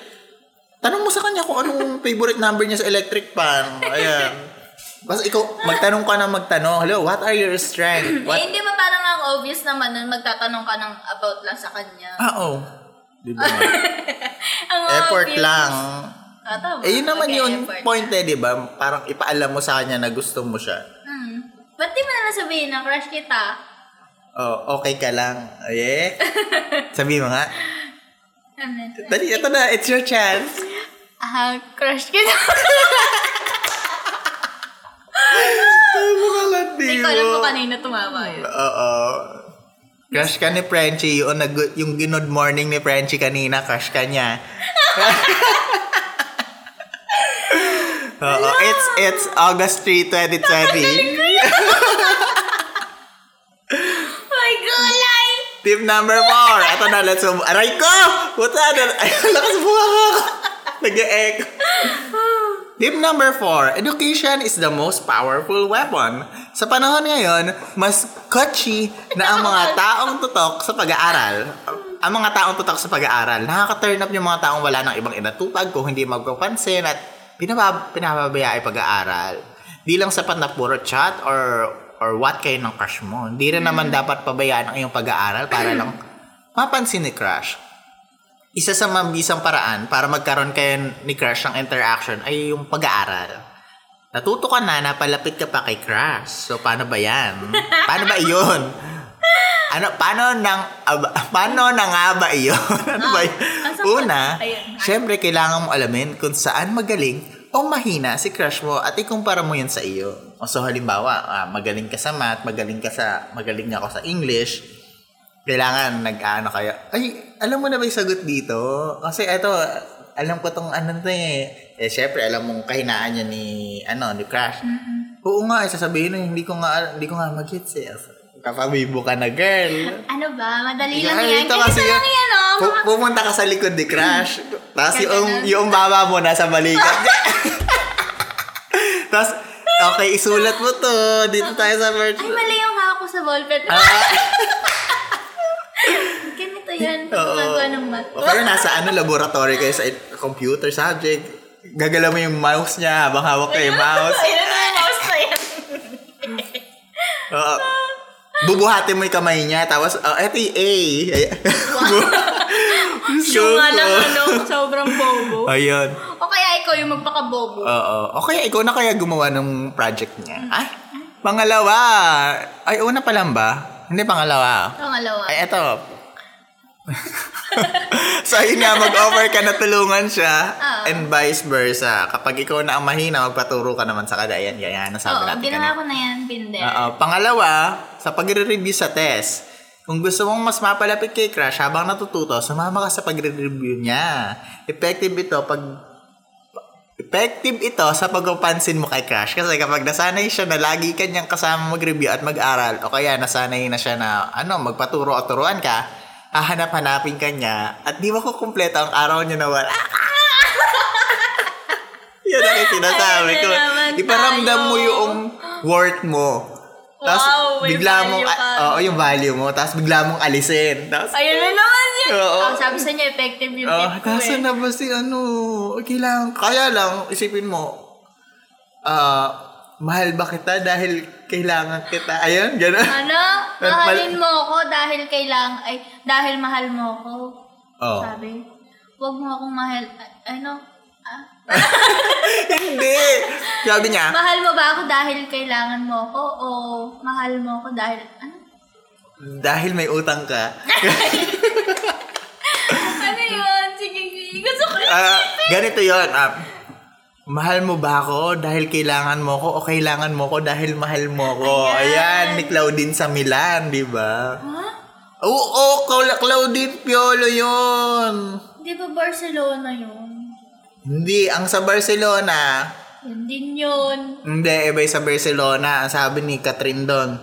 tanong mo sa kanya kung anong favorite number niya sa electric pan. Ayan. Basta ikaw, magtanong ka na magtanong. Hello, what are your strengths? Eh, What? hindi ba parang ang obvious naman nun magtatanong ka ng about lang sa kanya? Ah, oh. Di ba? ang Effort obvious. lang. Ah, tama. Eh, yun naman Oh, Okay, yung effort. point eh, di ba? Parang ipaalam mo sa kanya na gusto mo siya. Hmm. Ba't di mo nalang sabihin na crush kita? Oh, okay ka lang. Yeah? Sabi mo nga. Ano yun? Dali, ito na. It's your chance. Ah, crush kita. Ay, mukha lang di Hindi ko alam mo. kung kanina tumama yun. Oo. Crush ka ni Frenchie. Yung, nag- yung good morning ni Frenchie kanina, crush ka niya. Oo. It's, it's August 3, 2020. My gulay! Tip number 4. Ito na, let's move. Aray ko! Puta na. Ay, lakas buha ko. Nag-e-echo. Tip number 4. Education is the most powerful weapon. Sa panahon ngayon, mas kotsi na ang mga taong tutok sa pag-aaral. Ang mga taong tutok sa pag-aaral, nakaka-turn up yung mga taong wala ng ibang inatupag kung hindi magpapansin at pinabab- pinababaya ay pag-aaral. Di lang sapat na puro chat or or what kayo ng crush mo. Hindi rin naman dapat pabayaan ang iyong pag-aaral para lang mapansin ni crush isa sa mabisang paraan para magkaroon kayo ni crush ng interaction ay yung pag-aaral. Natuto ka na, napalapit ka pa kay crush. So, paano ba yan? Paano ba iyon? Ano, paano nang, aba- paano na nga ba iyon? Ano ba yun? Ah, asa- Una, ayun. syempre, kailangan mo alamin kung saan magaling o mahina si crush mo at ikumpara mo yun sa iyo. O so, halimbawa, ah, magaling ka sa math, magaling ka sa, magaling ako sa English, kailangan nag-ano kayo. Ay, alam mo na ba yung sagot dito? Kasi eto, alam ko tong ano to eh. Eh, syempre, alam mong kahinaan niya ni, ano, ni Crash. Oo nga, eh, sasabihin na, hindi ko nga, hindi ko nga mag-gets eh. Kapabibo ka na, girl. Ano ba? Madali lang Girl, yan. ito Ganito lang yan, oh. pu- Mga pumunta ka sa likod ni Crash. Tapos Ganyan yung, lang. yung baba mo nasa balikat. Tapos, okay, isulat mo to. Dito tayo sa Ay, virtual. mali yung hawak ko sa ballpen. Ah. Ganito yan. Pag gumagawa ng math. O kaya nasa ano, laboratory kayo sa computer subject. Gagalaw mo yung mouse niya habang hawak kayo yung mouse. Ayun na yung ano mouse na yan. Oo. Bubuhatin mo yung kamay niya. Tapos, oh, eto yung A. Ay- Diyos ko. Yung nga lang, oh. ano, sobrang bobo. Ayun. O kaya ikaw yung magpakabobo. Oo. O kaya ikaw na kaya gumawa ng project niya. Ay, pangalawa. Ay, una pa lang ba? Hindi pangalawa. Pangalawa. Ay, eto. so, yun nga, mag-offer ka na tulungan siya Oo. and vice versa. Kapag ikaw na ang mahina, magpaturo ka naman sa kanya. Ayan, gaya na sabi Oo, natin ginawa kanina. ko na yan, Binder. Oo. Pangalawa, sa pagre-review sa test, kung gusto mong mas mapalapit kay crush habang natututo, sumama ka sa pagre-review niya. Effective ito pag Effective ito sa pagpapansin mo kay Crash kasi kapag nasanay siya na lagi kanyang kasama mag-review at mag-aral o kaya nasanay na siya na ano, magpaturo o turuan ka, hahanap-hanapin ka niya at di makukumpleto ang araw niya na wala. Yan ang yung sinasabi Ayan ko. na naman Iparamdam mo tayo. yung worth mo. Tapos Wow, may bigla mong, value ka. ah, oo, yung value mo. Tapos bigla mong alisin. Tapos, Ayun na naman yun. oo. Ang sabi sa niya, effective yung Oh, tip ko kaso eh. na ba si ano, kailangan, kaya lang, isipin mo, ah, mahal ba kita dahil kailangan kita? Ayun, gano'n. Ano? Mal- Mahalin mo ako dahil kailang ay dahil mahal mo ako. Ah. Oh. Sabi. Huwag mo akong mahal. ay- Ano? Ah, Hindi! Sabi niya, mahal mo ba ako dahil kailangan mo ako o mahal mo ako dahil ano? dahil may utang ka. Ano yun? Sige, sige. Gusto ko yun. Ah, ganito yon ah, mahal mo ba ako dahil kailangan mo ko o kailangan mo ko dahil mahal mo ko? Ayan, ni Claudine sa Milan, di ba? Ha? Oo, Cla- Claudine Piolo yon Di ba Barcelona yun? Hindi, ang sa Barcelona, Yun din yun. Hindi, iba yung sa Barcelona. Ang sabi ni Catherine doon,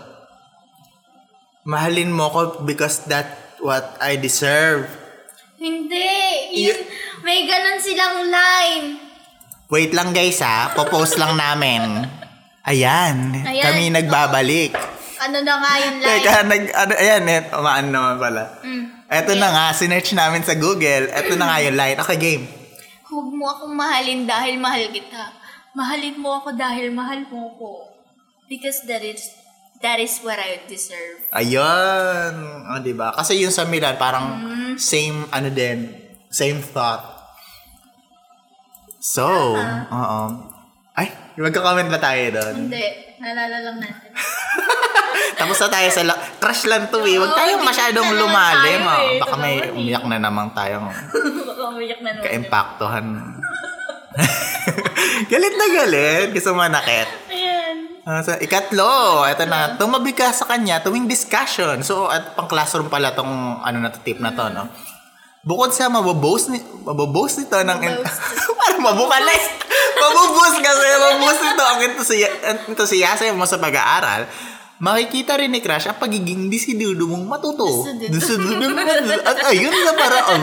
mahalin mo ko because that what I deserve. Hindi. Yun, Yun- may ganun silang line. Wait lang guys ha, popost lang namin. Ayan, Ayan. kami nagbabalik. Ano na nga yung line? Teka, nag, ano, ayan, eh, umaan naman pala. Mm. Eto na nga, sinerch namin sa Google. Eto na nga yung line. Okay, game. Huwag mo akong mahalin dahil mahal kita. Mahalin mo ako dahil mahal mo ko. Because that is that is what I deserve. Ayun. O, di ba? Kasi yung sa Milan, parang Mm-hmm. same, ano din, same thought. So, Ah. oo. Ay, magka-comment ba tayo doon? Hindi, nalala lang natin. Tapos na tayo sa la- crush lang to eh. Huwag Oo, tayong hindi masyadong na naman lumalim. tayo ah. eh. Baka may Totoo eh. umiyak na namang tayong Baka umiyak na naman. kaimpaktuhan. galit na galit. Gusto manakit. Ayan. Ah, sa ikatlo, ito na, tumabi ka sa kanya tuwing discussion. So, at pang-classroom pala tong ano na to, tip na to, no? Bukod sa mabobose ni mabobose nito ng Mabobose. parang mabukalis. mabubus kasi mabubus nito ang entusiya- ang entusiasmo mo sa pag-aaral. Makikita rin ni Crush ang pagiging disidudo mong matuto. Disidudo. Disidudo. At ayun na oh. paraan.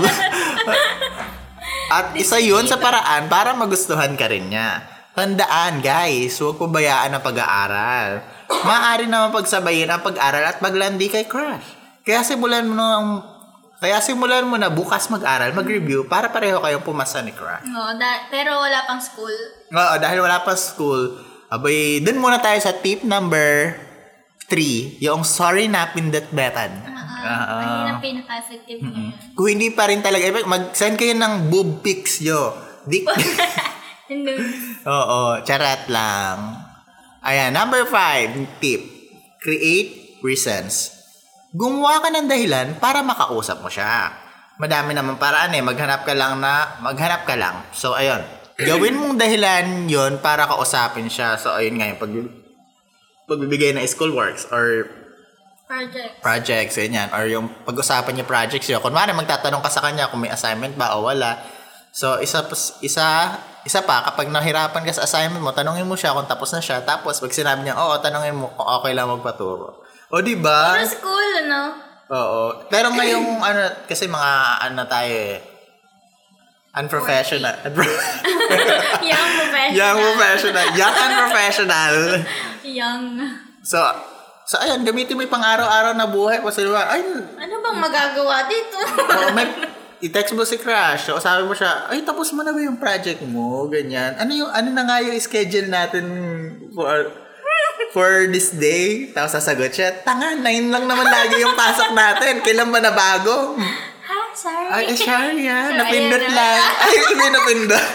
At isa yun sa paraan para magustuhan ka rin niya. Tandaan guys, huwag pabayaan ang pag-aaral. Maaari naman pagsabayin ang pag-aral at maglandi kay crush. Kaya simulan mo nang kaya simulan mo na bukas mag-aral, mag-review para pareho kayong pumasa ni Crush. No, da- pero wala pang school. Oo, dahil wala pa school, abay, dun muna tayo sa tip number 3, yung sorry na pindat method. Ah, Oo. ayun ang pinaka-effective niya. Kung hindi pa rin talaga, eh, mag-send kayo ng boob pics nyo. Dick Hindi. Oo, charat lang. Ayan, number five, tip. Create reasons. Gumawa ka ng dahilan para makausap mo siya. Madami naman paraan eh. Maghanap ka lang na, maghanap ka lang. So, ayun. Gawin mong dahilan yon para kausapin siya. So, ayun nga yung pag, pagbibigay ng school works or Project. projects, ganyan. Or yung pag-usapan niya projects yun. Kunwari, magtatanong ka sa kanya kung may assignment ba o wala. So, isa, pa- isa, isa pa, kapag nahirapan ka sa assignment mo, tanongin mo siya kung tapos na siya. Tapos, pag sinabi niya, oo, tanongin mo kung okay lang magpaturo. O, di ba? Pero school, ano? Oo. Pero ngayong, ano, kasi mga, ano tayo eh, unprofessional. Young professional. young professional. Young unprofessional. Young. So, so ayun, gamitin mo yung pang-araw-araw na buhay. Kasi, ay, Ano bang magagawa dito? Oo, may, i-text mo si Crush, o sabi mo siya, ay, tapos mo na ba yung project mo? Ganyan. Ano yung, ano na nga yung schedule natin for, for this day? Tapos sasagot siya, tanga, nine lang naman lagi yung pasok natin. Kailan ba na bago? ha? Sorry. Ay, eh, sorry ah, So, napindot ayan na. lang. Ay, hindi napindot.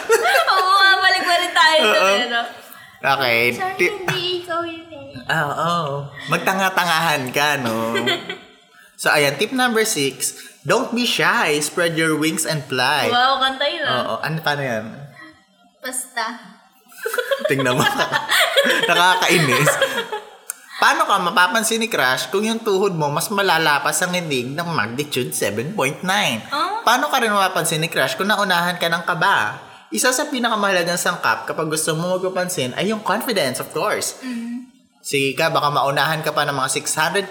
Oo nga, balik-balik tayo Oo. doon. ano. okay. Sorry, Tip, hindi ikaw yun eh. ah, oo. Magtanga-tangahan ka, no? so, ayan, tip number six, don't be shy, spread your wings and fly. Wow, kanta yun ah. Oo, ano paano yan? Basta. Tingnan mo. Nakakainis. Paano ka mapapansin ni Crush kung yung tuhod mo mas malalapas ang nginig ng magnitude 7.9? Oh. Paano ka rin mapapansin ni Crush kung naunahan ka ng kaba? Isa sa pinakamahalagang sangkap kapag gusto mo magpapansin ay yung confidence, of course. Sige ka, baka maunahan ka pa ng mga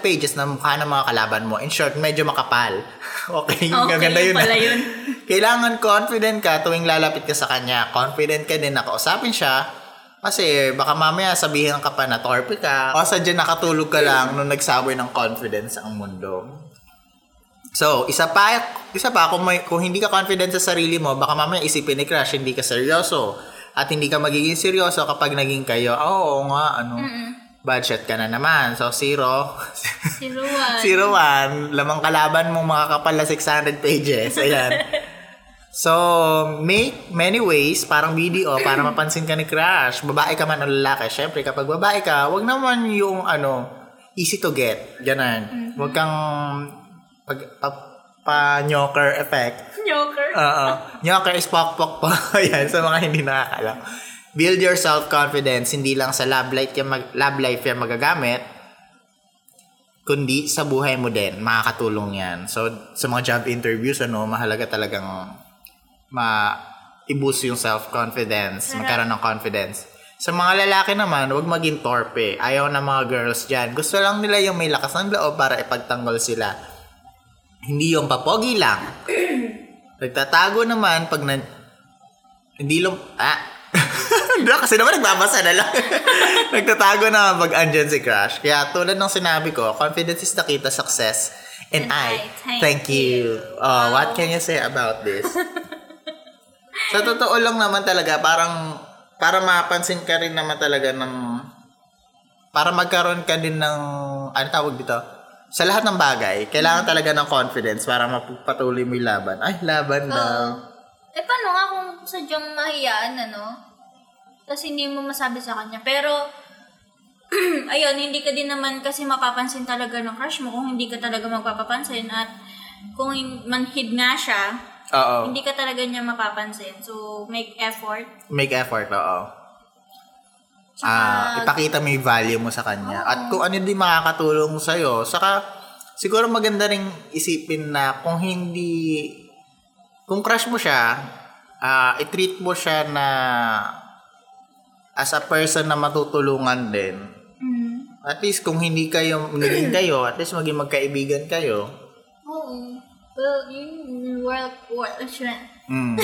600 pages na mukha ng mga kalaban mo. In short, medyo makapal. okay, Okay, gaganda yun. yun ah. pala yun. Kailangan confident ka tuwing lalapit ka sa kanya. Confident ka din na kausapin siya. Kasi baka mamaya sabihin ka pa na torpe ka. O sadya nakatulog ka lang nung nagsabi ng confidence ang mundo. So, isa pa, isa pa kung, may, kung hindi ka confident sa sarili mo, baka mamaya isipin ni Crush, hindi ka seryoso. At hindi ka magiging seryoso kapag naging kayo, "Ah, oo nga, ano, bad shot ka na naman. So, zero. Si Ruan. Zero one, lamang kalaban mong makakapal na 600 pages. Ayan. So, make many ways, parang video, para mapansin ka ni Crush. Babae ka man o lalaki. Siyempre, kapag babae ka, wag naman yung, ano, easy to get. Ganun. Huwag kang pag, pa, pa-nyoker effect. Joker. Oo. Nyoker is pok-pok po. Ayan, sa mga hindi nakakalam. Build your self-confidence, hindi lang sa love life yung, mag- love life yung magagamit, kundi sa buhay mo din. Makakatulong yan. So, sa mga job interviews, ano, mahalaga talagang ma i-boost yung self-confidence, magkaroon ng confidence. Sa mga lalaki naman, huwag maging torpe. Ayaw na mga girls dyan. Gusto lang nila yung may lakas ng loob para ipagtanggol sila. Hindi yung papogi lang. Nagtatago naman pag nan... Hindi lum... Ah! Hindi kasi naman nagbabasa na lang. Nagtatago naman pag andyan si Crush. Kaya tulad ng sinabi ko, confidence is the key to success. And, And I, I thank thank you. you. Oh, What can you say about this? Sa totoo lang naman talaga, parang... Para mapansin ka rin naman talaga ng... Para magkaroon ka din ng... Ano tawag dito? Sa lahat ng bagay, kailangan talaga ng confidence para mapatuloy mo yung laban. Ay, laban Oo. daw. Eh, paano nga kung sadyang mahiyaan, ano? Tapos hindi mo masabi sa kanya. Pero, ayun, hindi ka din naman kasi mapapansin talaga ng crush mo kung hindi ka talaga magpapapansin at kung in- manhid nga siya, Oo. hindi ka talaga niya mapapansin. So, make effort. Make effort, oo. Tsaka, Ah, ipakita mo yung value mo sa kanya. At kung ano din makakatulong sa'yo. Saka, siguro maganda rin isipin na kung hindi, kung crush mo siya, ah, i-treat mo siya na as a person na matutulungan din. mm, At least kung hindi kayo, naging kayo, at least maging magkaibigan kayo. oo. Well, yun, work, work, oh, assurance. Mm.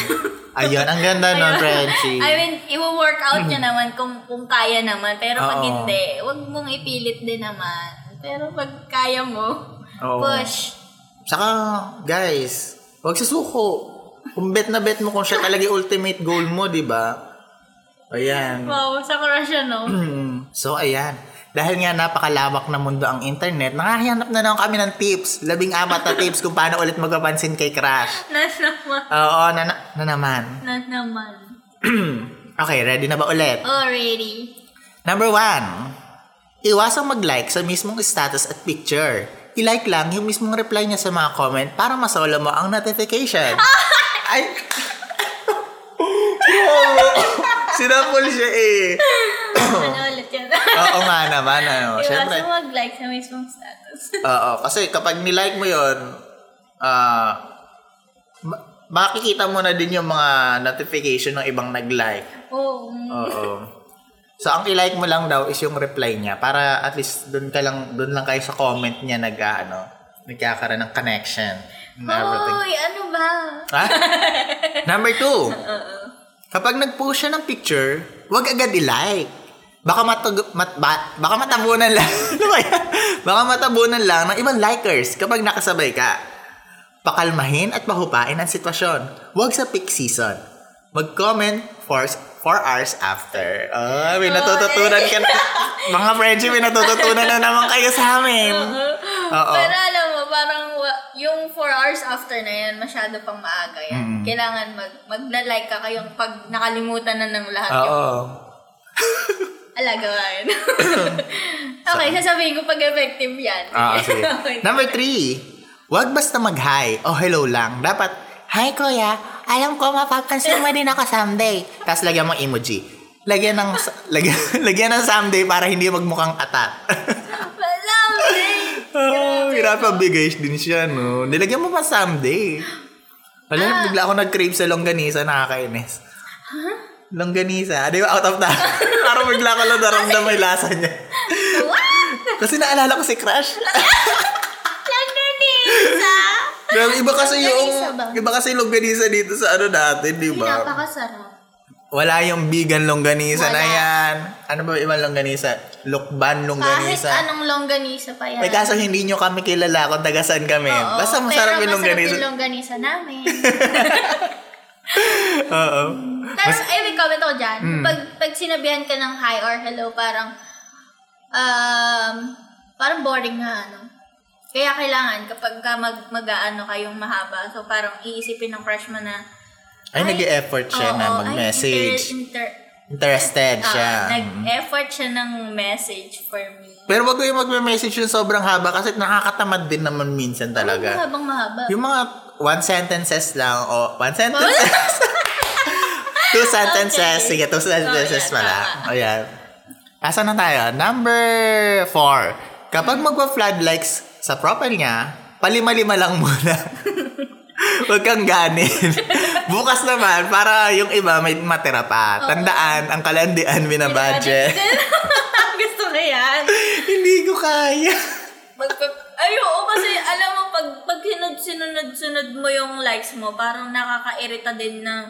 Ayun, ang ganda nun, Ayun. Frenchie. I mean, i-work out niya naman kung, kung kaya naman. Pero pag Mm-hmm. Oo. hindi, huwag mong ipilit din naman. Pero pag kaya mo, Oo. push. Saka, guys, huwag susuko. Kung bet na bet mo kung siya talaga yung ultimate goal mo, di ba? Ayan. Wow, sa crush siya, no? Mm. so, ayan. Dahil nga napakalawak na mundo ang internet, nakahanap na naman kami ng tips. Labing apat na tips kung paano ulit magpapansin kay Crush. Not naman. Oo, na, na, na naman. Not naman. okay, ready na ba ulit? Already. Number one, iwasang mag-like sa mismong status at picture. I-like lang yung mismong reply niya sa mga comment para masolo mo ang notification. Ay! Bro! Sinapol siya eh. Ano ulit yan? Oo nga naman. Ano. Iwasan Siyempre. mo mag-like sa mismong status. Oo. Kasi kapag nilike mo yon ah ma- makikita mo na din yung mga notification ng ibang nag-like. Oh, Oo. Oo. So, ang i-like mo lang daw is yung reply niya para at least doon ka lang doon lang kayo sa comment niya nag ano, nagkakaroon ng connection and everything. Hoy, ano ba? Ha? Number two. Kapag nag-post siya ng picture, wag agad i-like. Baka matag mat, ba- baka matabunan lang. Ano ba yan? baka matabunan lang ng ibang likers kapag nakasabay ka. Pakalmahin at pahupain ang sitwasyon. Huwag sa peak season. Mag-comment for 4 hours after. Ah, may natututunan ka na. Mga friendship, may natututunan na naman kayo sa amin. Oo. Pero alam mo, parang wa- yung 4 hours after na yan, masyado pang maaga yan. Kailangan mag, magla-like ka kayong pag nakalimutan na ng lahat yung Oo. alagawain. okay, sasabihin ko pag effective yan. Ah, sige. Okay. Number three, wag basta mag-hi o hello lang. Dapat, Hi, kuya. Alam ko, mapapansin mo din ako someday. Tapos lagyan mo emoji. Lagyan ng, lagyan, lagyan ng someday para hindi magmukhang atat. Lovely! oh, hirap bigay din siya, no? Nilagyan mo pa someday. Wala, bigla ako nag-crave sa longganisa, nakakainis. Longganisa. Di ba, out of the... Parang bigla ko lang naramdaman yung lasa niya. What? Kasi naalala ko si Crush. Longganisa! Pero iba kasi yung Longganisa ba? iba kasi yung longganisa dito sa ano natin, di Ay, ba? napakasarap. Wala yung vegan longganisa na Wala. yan. Ano ba ibang longganisa? Lukban Kahit ano. longganisa. anong longganisa pa yan. May kaso hindi nyo kami kilala kung taga saan kami. Oo, Basta masarap pero yung longganisa. Masarap yung longganisa namin. Oo. Hmm. Pero, ay, may comment ako dyan. Pag, pag sinabihan ka ng hi or hello, parang, um, parang boring nga, ano. Kaya kailangan, kapag ka mag, mag-ano kayong mahaba, so parang iisipin ng crush mo na, Ay, nag-effort siya oo, na ay, mag-message. Inter, inter, Interested ah, siya. Hmm. nag-effort siya ng message for me. Pero wag ko yung mag-message yung sobrang haba kasi nakakatamad din naman minsan talaga. Ano Habang mahaba. Yung mga one sentences lang o one sentences. two sentences. Okay. Sige, two sentences Oh, yeah, pala. Ayan. Asa na tayo? Number four. Kapag magpa-flood likes sa profile niya, palima-lima lang muna. Huwag kang ganin. Bukas naman, para yung iba may matira pa. Tandaan, ang kalandian binabudget. Gusto ko yan. Hindi ko kaya. Magpa- Ay, oo, kasi alam mo, pag, pag sinunod-sunod-sunod mo yung likes mo, parang nakakairita din ng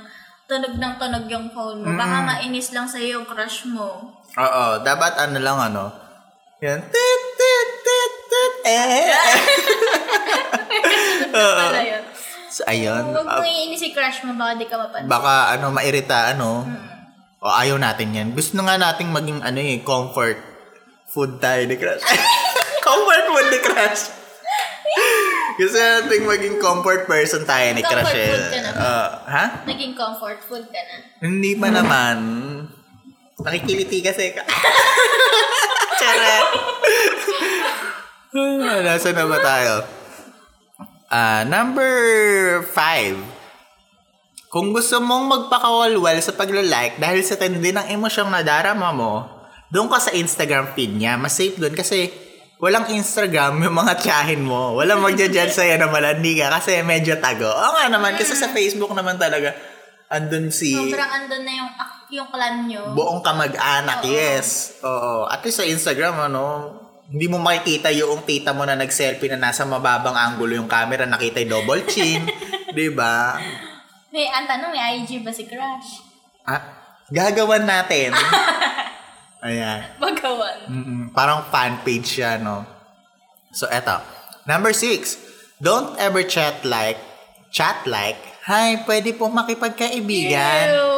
tunog ng tunog yung phone mo. Baka mainis lang sa'yo yung crush mo. Oo, dapat ano lang ano. Yan. Tit, tit, tit, tit. Eh, eh. Pala Diba yun. So, ayun. Huwag Ah, mong iinis si crush mo, baka di ka mapansin. baka, ano, mairita, ano. Mm. O, ayaw natin yan. Gusto na nga nating maging, ano eh, comfort food tayo ni Crush. comfort food ni Crush. Gusto na nating maging comfort person tayo ni Crush Comfort eh. food ka naman. Ah, ha? Naging comfort food ka na. Hindi pa naman. Nakikiliti kasi ka. Charet! Ah, Nasaan na ba tayo? Ah, number five. Kung gusto mong magpakawalwal sa paglalike dahil sa tindi ng emosyong nadarama mo, doon ka sa Instagram feed niya. Mas safe doon kasi walang Instagram yung mga tiyahin mo. Walang magja-judge sa'yo na malandi ka kasi medyo tago. Oo nga naman, kasi sa Facebook naman talaga, andun si Sobrang andun na yung, ak- yung clan nyo. buong kamag-anak, Oo. yes. Oo. At least sa Instagram, ano, hindi mo makikita yung tita mo na nag-selfie na nasa mababang angulo yung camera, nakita yung double chin. di ba? may, ang tanong, may IG ba si Crush? Ah, gagawan natin. Ayan. Magawan. Mm-mm. Parang fan page siya, no? So, eto. Number six. Don't ever chat like, chat like, Hi, pwede po makipagkaibigan. Ew.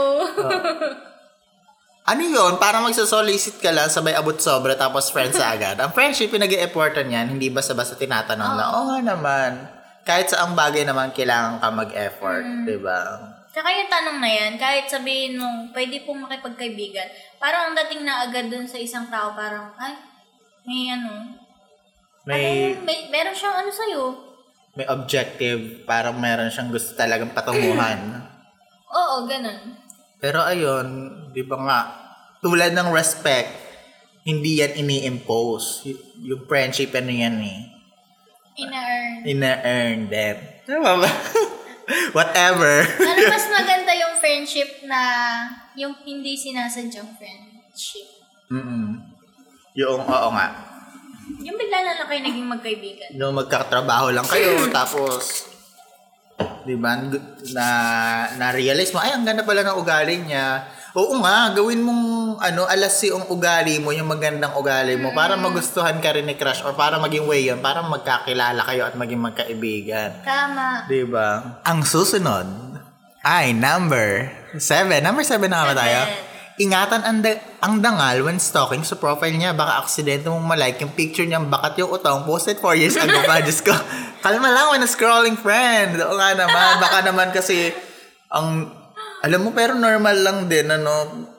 Ano yun? Parang magsasolicit ka lang, sabay abot sobra, tapos friends na agad. Ang friendship, pinag effortan yan, hindi basta-basta tinatanong na, oo nga naman. Kahit sa ang bagay naman, kailangan ka mag-effort, di ba? Tsaka yung tanong na yan, kahit sabihin mong pwede pong makipagkaibigan, parang ang dating na agad dun sa isang tao, parang, ay, may ano, May, ano, may, meron siyang ano sa'yo. may objective, parang meron siyang gusto talagang patunguhan. Oo, ganun. Pero ayun, di ba nga, tulad ng respect, hindi yan ini-impose. Y- yung friendship, ano yan eh. Ina-earn. Ina-earn them. Tama ba? Whatever. Ano mas maganda yung friendship na yung hindi sinasadyang friendship? Mm-mm. Yung, oo nga. Yung bigla na lang kayo naging magkaibigan. Yung magkatrabaho lang kayo, tapos, di ba, gu- na, na-realize mo, ay, ang ganda pala ng ugali niya. Oo nga, gawin mong, ano, alas yung ugali mo, yung magandang ugali mo, para magustuhan ka rin ni crush, or para maging way yun, para magkakilala kayo at maging magkaibigan. Tama. Di ba? Ang susunod ay number seven. Number seven na nga ba tayo? Seven. Ingatan ang, da- ang dangal when stalking sa profile niya. Baka aksidente mong malike yung picture niya. Bakat yung utang posted 4 years ago pa. Diyos ko. Kalma lang when scrolling friend. Oo nga naman. Baka naman kasi ang... Alam mo, pero normal lang din, ano.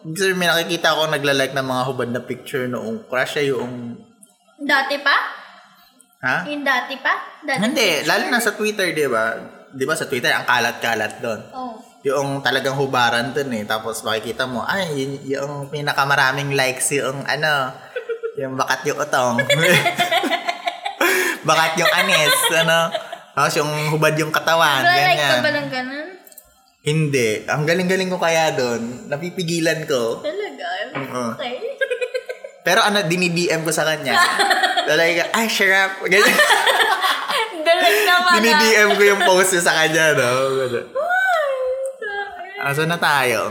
Kasi may nakikita ako naglalike ng mga hubad na picture noong crush siya yung... Dati pa? Ha? Yung dati pa? Dati Hindi, picture? lalo na sa Twitter, di ba? Di ba sa Twitter, ang kalat-kalat doon. Oh. Yung talagang hubaran doon eh. Tapos makikita mo, ay, yun, yung pinakamaraming likes yung ano, yung bakat yung utong. bakat yung anis, ano. Tapos yung hubad yung katawan, Wala Ah, like ka ganyan. ba ng ganun? Hindi. Ang galing-galing ko kaya doon. Napipigilan ko. Talaga? Oo. Okay. Pero ano, dinidm ko sa kanya. Talaga, ay, sharap. Ganyan. Dalag na pala. Dinidm ko yung post niya sa kanya, no? Ganun. Asa na tayo?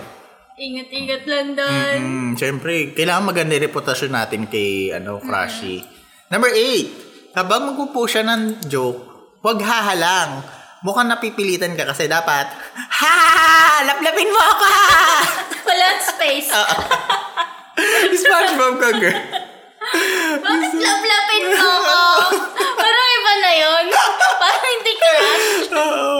Ingat-ingat lang doon. Mm, syempre, kailangan maganda yung reputasyon natin kay ano, Crashy. Number 8. Habang magpupo siya ng joke, huwag hahalang. Mukhang napipilitan ka kasi dapat, ha! Laplapin mo ako! Wala space. Ah. SpongeBob ka, girl. Bakit laplapin mo ako? Parang iba na yun. Parang hindi crush. Oo.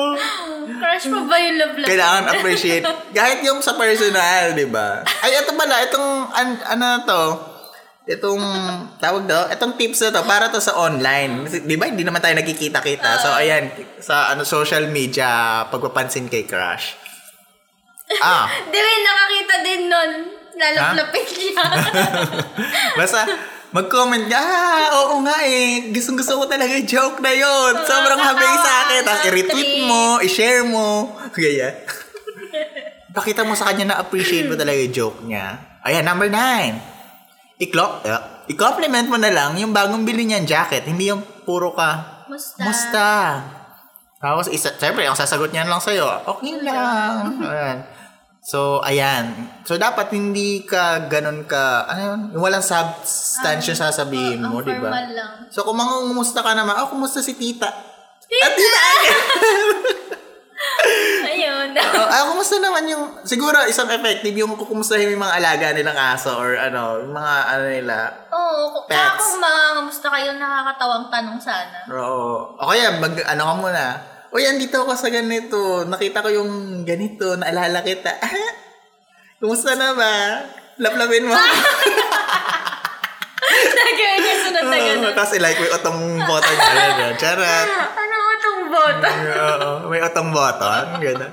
Crush mo ba yung laplapin? Kailangan appreciate. Kahit yung sa personal, di ba? Ay, ito pala, itong, an- ano na to, itong, tawag daw, itong tips na to, para to sa online. Kasi, Di ba, hindi naman tayo nakikita-kita. So, ayan, sa ano social media, pagpapansin kay crush. Ah, Di ba, nakakita din nun. Lalaplapin niya. Basta, mag-comment ka, ah, oo nga eh, gustong gusto ko talaga yung joke na yun. Sobrang habay sa akin. Tapos i-retweet mo, i-share mo. Gaya. Pakita mo sa kanya na appreciate mo talaga yung joke niya. Ayan, number nine. I-clo- eh, i-compliment mo na lang yung bagong bili niyang jacket. Hindi yung puro ka, Musta? musta? Tapos, isa, syempre, ang sasagot niya lang sa'yo, okay lang. Ayan. So, ayan. So, dapat hindi ka ganun ka, ano yun, yung walang substance yung sasabihin Ah, ang mo, di ba? formal lang. So, kung mga kumusta ka naman, oh, kumusta si tita? Tita! Ayun. Oh, ah, kumusta naman yung, siguro, isang effective yung kukumustahin mo yung mga alaga nilang aso or ano, yung mga ano nila. Oo, oh, Pets. kaya kung mga kamusta kayo, nakakatawang tanong sana. Oo. O kaya, mag, ano ka muna, Uy, andito ako sa ganito. Nakita ko yung ganito. Naalala kita. Kumusta na ba? Laplapin mo. gagawin niya sunod na ganun. Tapos ilike, may otong button. Ganun. Charot. Ano ba itong bota? Oo, may otong button. Ganun.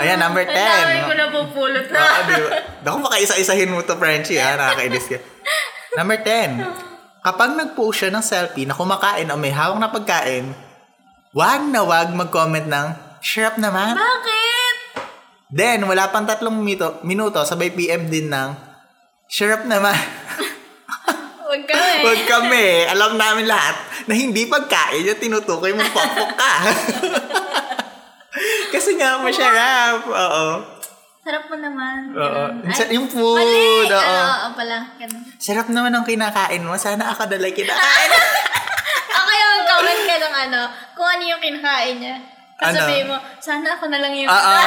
Ayan, number 10. Ang dami ko na pupulot na. Oo, Ah, di ba? Naku, baka isa-isahin mo to, Frenchie, ha? Nakakainis ka. Number 10. Kapag nag-post siya ng selfie na kumakain o may hawak na pagkain, wag na wag mag-comment ng, Sharp naman. Bakit? Then, wala pang tatlong mito, minuto, sabay PM din ng, Sharp naman. Huwag ka eh. Huwag kami. Alam namin lahat na hindi pagkain yung tinutukoy mong popok ka. Kasi nga, masyarap. Oo. Sarap mo naman. Oo. Ganun. Mm. Ay, Yung food. Mali! Ano, oo. oo pala. Ganun. Sarap naman ang kinakain mo. Sana ako dala kinakain. Okay, mag-comment ka ng ano, kung ano yung kinakain niya. Tapos Ano? Ah, sabihin mo, sana ako na lang yung... Oo.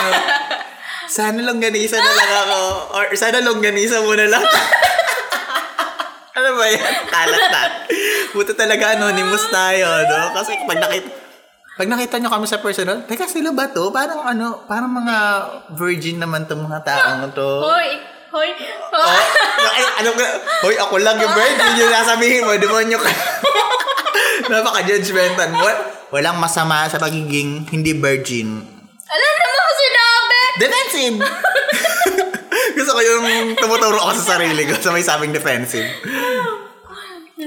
Sana longganisa na lang ako. Or sana longganisa mo na lang. ano ba yan? Kalatan. Buto talaga anonymous tayo, no? Kasi pag nakita... Pag nakita nyo kami sa personal, teka sila ba to? Parang ano, parang mga virgin naman tong mga taong to. Hoy, hoy. Oh, ay, ano ka? Hoy, ako lang yung virgin yung nasabihin mo. Demonyo ka. Napaka-judgmental. What? Walang masama sa pagiging hindi virgin. Alam naman ko ano sinabi! Defensive! Gusto ko yung tumuturo ako sa sarili ko sa may sabing defensive.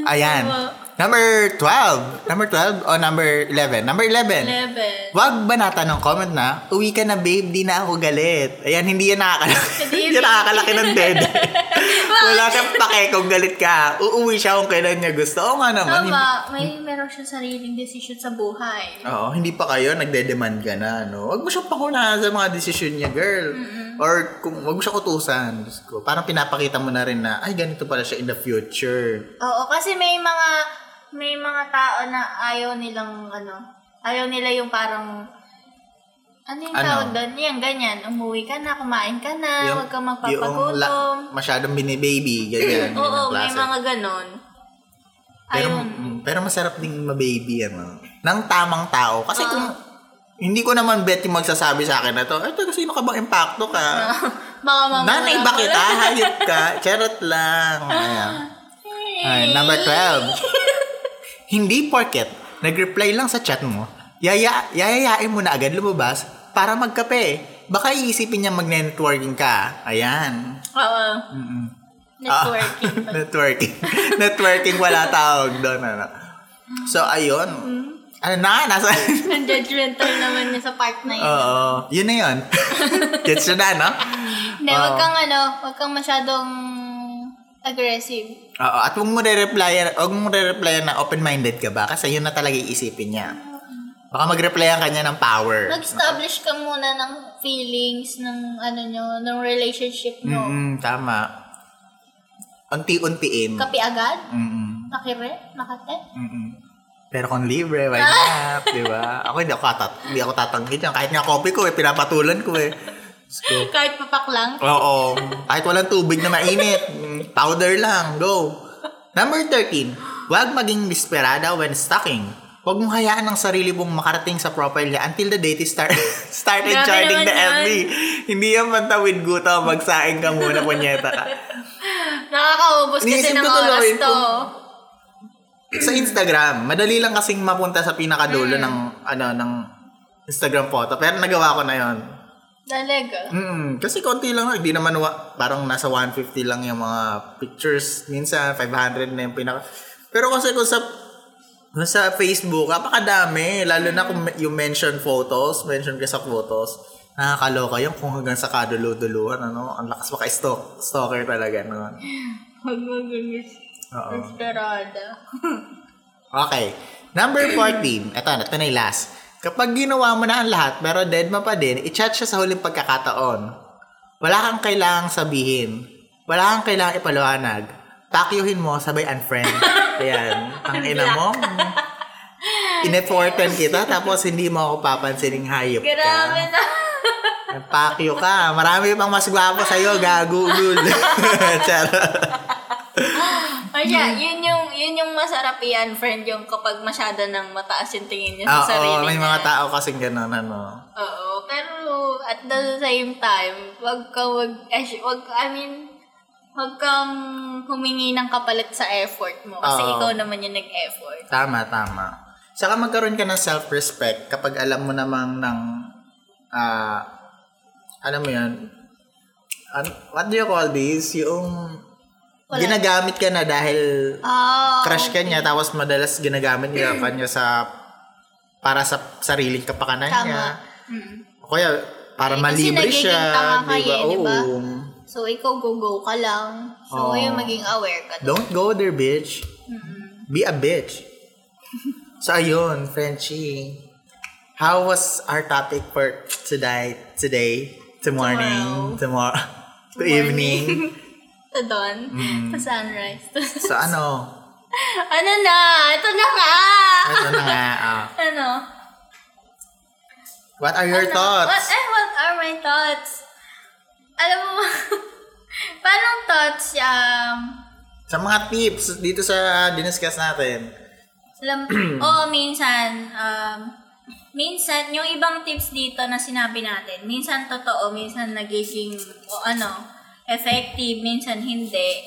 Ayan. Diba? Number 12. Number 12 o number 11? Number 11. Level. Wag ba natanong comment na, uwi ka na babe, di na ako galit. Ayan, hindi yan nakakalaki. hindi yan nakakalaki ng dede. Wala siyang pake kung galit ka. Uuwi siya kung kailan niya gusto. Oo nga naman. hindi- Tama, may meron siya sariling decision sa buhay. Oo, hindi pa kayo nagde-demand ka na, no? Huwag mo siyang pakunahan sa mga desisyon niya, girl. Or kung huwag mo siya kutusan. Diyos ko. Parang pinapakita mo na rin na, ay, ganito pala siya in the future. Oo, kasi may mga may mga tao na ayaw nilang ano, ayaw nila yung parang ano yung Ano? tawag doon? Yan, ganyan. Umuwi ka na, kumain Ah, ka na, huwag yung kang la- magpapagutom. masyadong binibaby, ganyan. ganyan Oo, ang may klase. mga ganon. pero, Ayun. mm, pero masarap ding mababy, ano? Nang tamang tao. Kasi Ah. kung, hindi ko naman bet yung magsasabi sa akin na to, ay, taga sino ka bang impacto ka? Baka mamaya. Nanay ba kita? Hayop ka? Charot lang. Ayan. Ay, number 12. Hindi porket nag-reply lang sa chat mo, yaya, yayayain mo na agad lumabas para magkape. Baka iisipin niya magne-networking ka. Ayan. Oo. Mm-mm. Networking. Ah, networking. networking wala tawag doon. Ano. So, ayun. Ano na? Nasa... Ang judgmental naman niya sa part na yun. Oo. Yun na yun. Gets nyo na, no? Hindi, Ah. wag kang ano, wag kang masyadong aggressive. Oo. At huwag mo re-replyan, huwag mo re-replyan na open-minded ka ba? Kasi yun na talaga iisipin niya. Baka mag-replyan ka niya ng power. Mag-establish ka muna ng feelings, ng ano nyo, ng relationship nyo. Mm-mm, tama. Unti-untiin. Kapi agad? Mm-mm, Nakire? Nakate? mm-mm. Pero kung libre, why not? di ba? Ako hindi ako, tatat hindi ako tatanggit yan. Kahit nga coffee ko, eh, pinapatulan ko eh. Diyos ko. Kahit papak lang? Oo. Kahit walang tubig na mainit. mm, Powder lang. Go. Number 13. Huwag maging desperada when stalking. Huwag mong hayaan ang sarili mong makarating sa profile niya until the date is start, started Grabe charting naman the yun. FB. Hindi yan pantawid guto. Magsaing ka muna, punyeta ka. Nakakaubos kasi Iniisip ng ko tuloy oras to. kung- sa Instagram, madali lang kasing mapunta sa pinakadulo ng ano ng Instagram photo. Pero nagawa ko na 'yon. Talaga. Mm, kasi konti lang, hindi naman wa, parang nasa 150 lang yung mga pictures. Minsan 500 na yung pinaka. Pero kasi kung sa kung sa Facebook, napakadami. Lalo na kung you mention photos, mention ka sa photos. Nakakaloka yun kung hanggang sa kadulo-duluan. Ano? Ang lakas maka-stalk, stalker talaga. Ano? Huwag mag-miss. Oh. Oo. Desperada. Okay. Number 14. Ito, ito na yung last. Kapag ginawa mo na ang lahat, pero dead ma pa din, i-chat siya sa huling pagkakataon. Wala kang kailangang sabihin. Wala kang kailangang ipaliwanag. Pakyuhin mo, sabay unfriend. Ayan. Ang ina mo. Inefortan kita, tapos hindi mo ako papansining hayop ka. Grabe na. Pakyo ka. Marami pang mas gwapo sa'yo, gagugul. Charot. O siya, Oh, yun yung, yun yung masarap yan, friend, yung kapag masyado nang mataas yung tingin niya sa sarili Oo, may niya. mga tao kasing ganun, ano. Oo, pero at the same time, wag ka wag, eh, wag, I mean, huwag kang humingi ng kapalit sa effort mo. Kasi Oo. ikaw naman yung nag-effort. Tama, tama. Saka magkaroon ka ng self-respect kapag alam mo namang ng, ah, alam mo yun, an- what do you call this? Yung Wala. ginagamit ka na dahil Oh, crush ka niya, tapos madalas ginagamit niya pa niya sa, para sa sariling kapakanan Tama. niya. Mm. O Kaya, para Eh, kasi malibre nagiging siya. tanga ka di ba? eh, di ba? Oo. So, ikaw go-go ka lang. So, Oo. ayun, maging aware ka. Don't go there, bitch. Be a bitch. so, ayun, Frenchie. How was our topic for today, today, to morning, tomorrow, to evening? To dawn, Mm-hmm. to sunrise. so, ano? ano na? Ito na nga! Ito na nga. ah. ano? Ano? what are your What, thoughts? eh, what are my thoughts? Alam mo, parang thoughts, um, Sa mga tips dito sa diniscuss natin. alam, oo, minsan, um, minsan, yung ibang tips dito na sinabi natin, minsan totoo, minsan nagiging, o ano, effective, minsan hindi.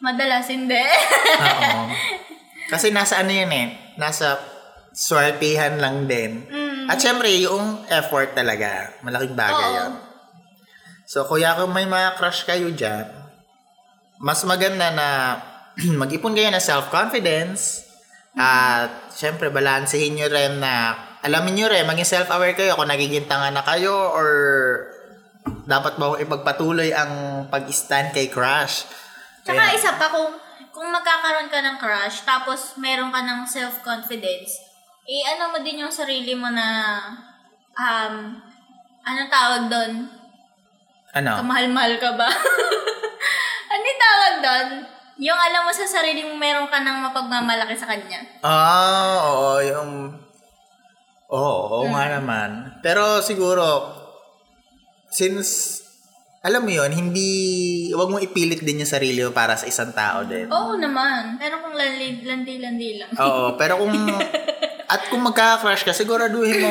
Madalas hindi. Oo. Kasi nasa ano yun eh, nasa swertihan lang din. At syempre, yung effort talaga, malaking bagay Oo. yun. So, kuya, kung may mga crush kayo dyan, mas maganda na mag-ipon kayo ng self-confidence at syempre, balansehin nyo rin na alamin nyo rin, maging self-aware kayo kung nagiging tanga na kayo or dapat ba ipagpatuloy ang pag-stand kay crush. Tsaka Kaya- isa pa, kung, kung magkakaroon ka ng crush, tapos meron ka ng self-confidence, eh ano mo din yung sarili mo na, um, ano tawag doon? ano? Kamahal-mahal ka ba? ano yung tawag doon? Yung alam mo sa sarili mo, meron ka ng mapagmamalaki sa kanya. Ah, oo, yung... Oo, oo nga naman. Pero siguro, since, alam mo yon hindi, wag mo ipilit din yung sarili mo para sa isang tao din. Oo naman. Pero kung landi- landi-landi lang. Oo, pero kung, at kung magka-crush ka, siguraduhin mo,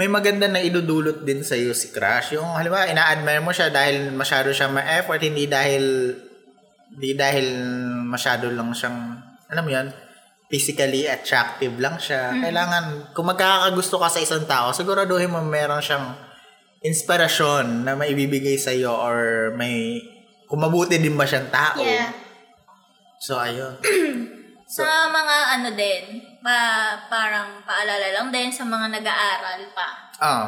may maganda na idudulot din sa iyo si crush. Yung halimbawa, ina-admire mo siya dahil masyado siya ma-effort, hindi dahil hindi dahil masyado lang siyang alam mo 'yun, physically attractive lang siya. Kailangan kung magkakagusto ka sa isang tao, siguraduhin mo meron siyang inspirasyon na maibibigay sa iyo or may kung mabuti din ba siyang tao. Yeah. So ayun. Sa mga ano din, pa, parang paalala lang din sa mga nag-aaral pa. Ah.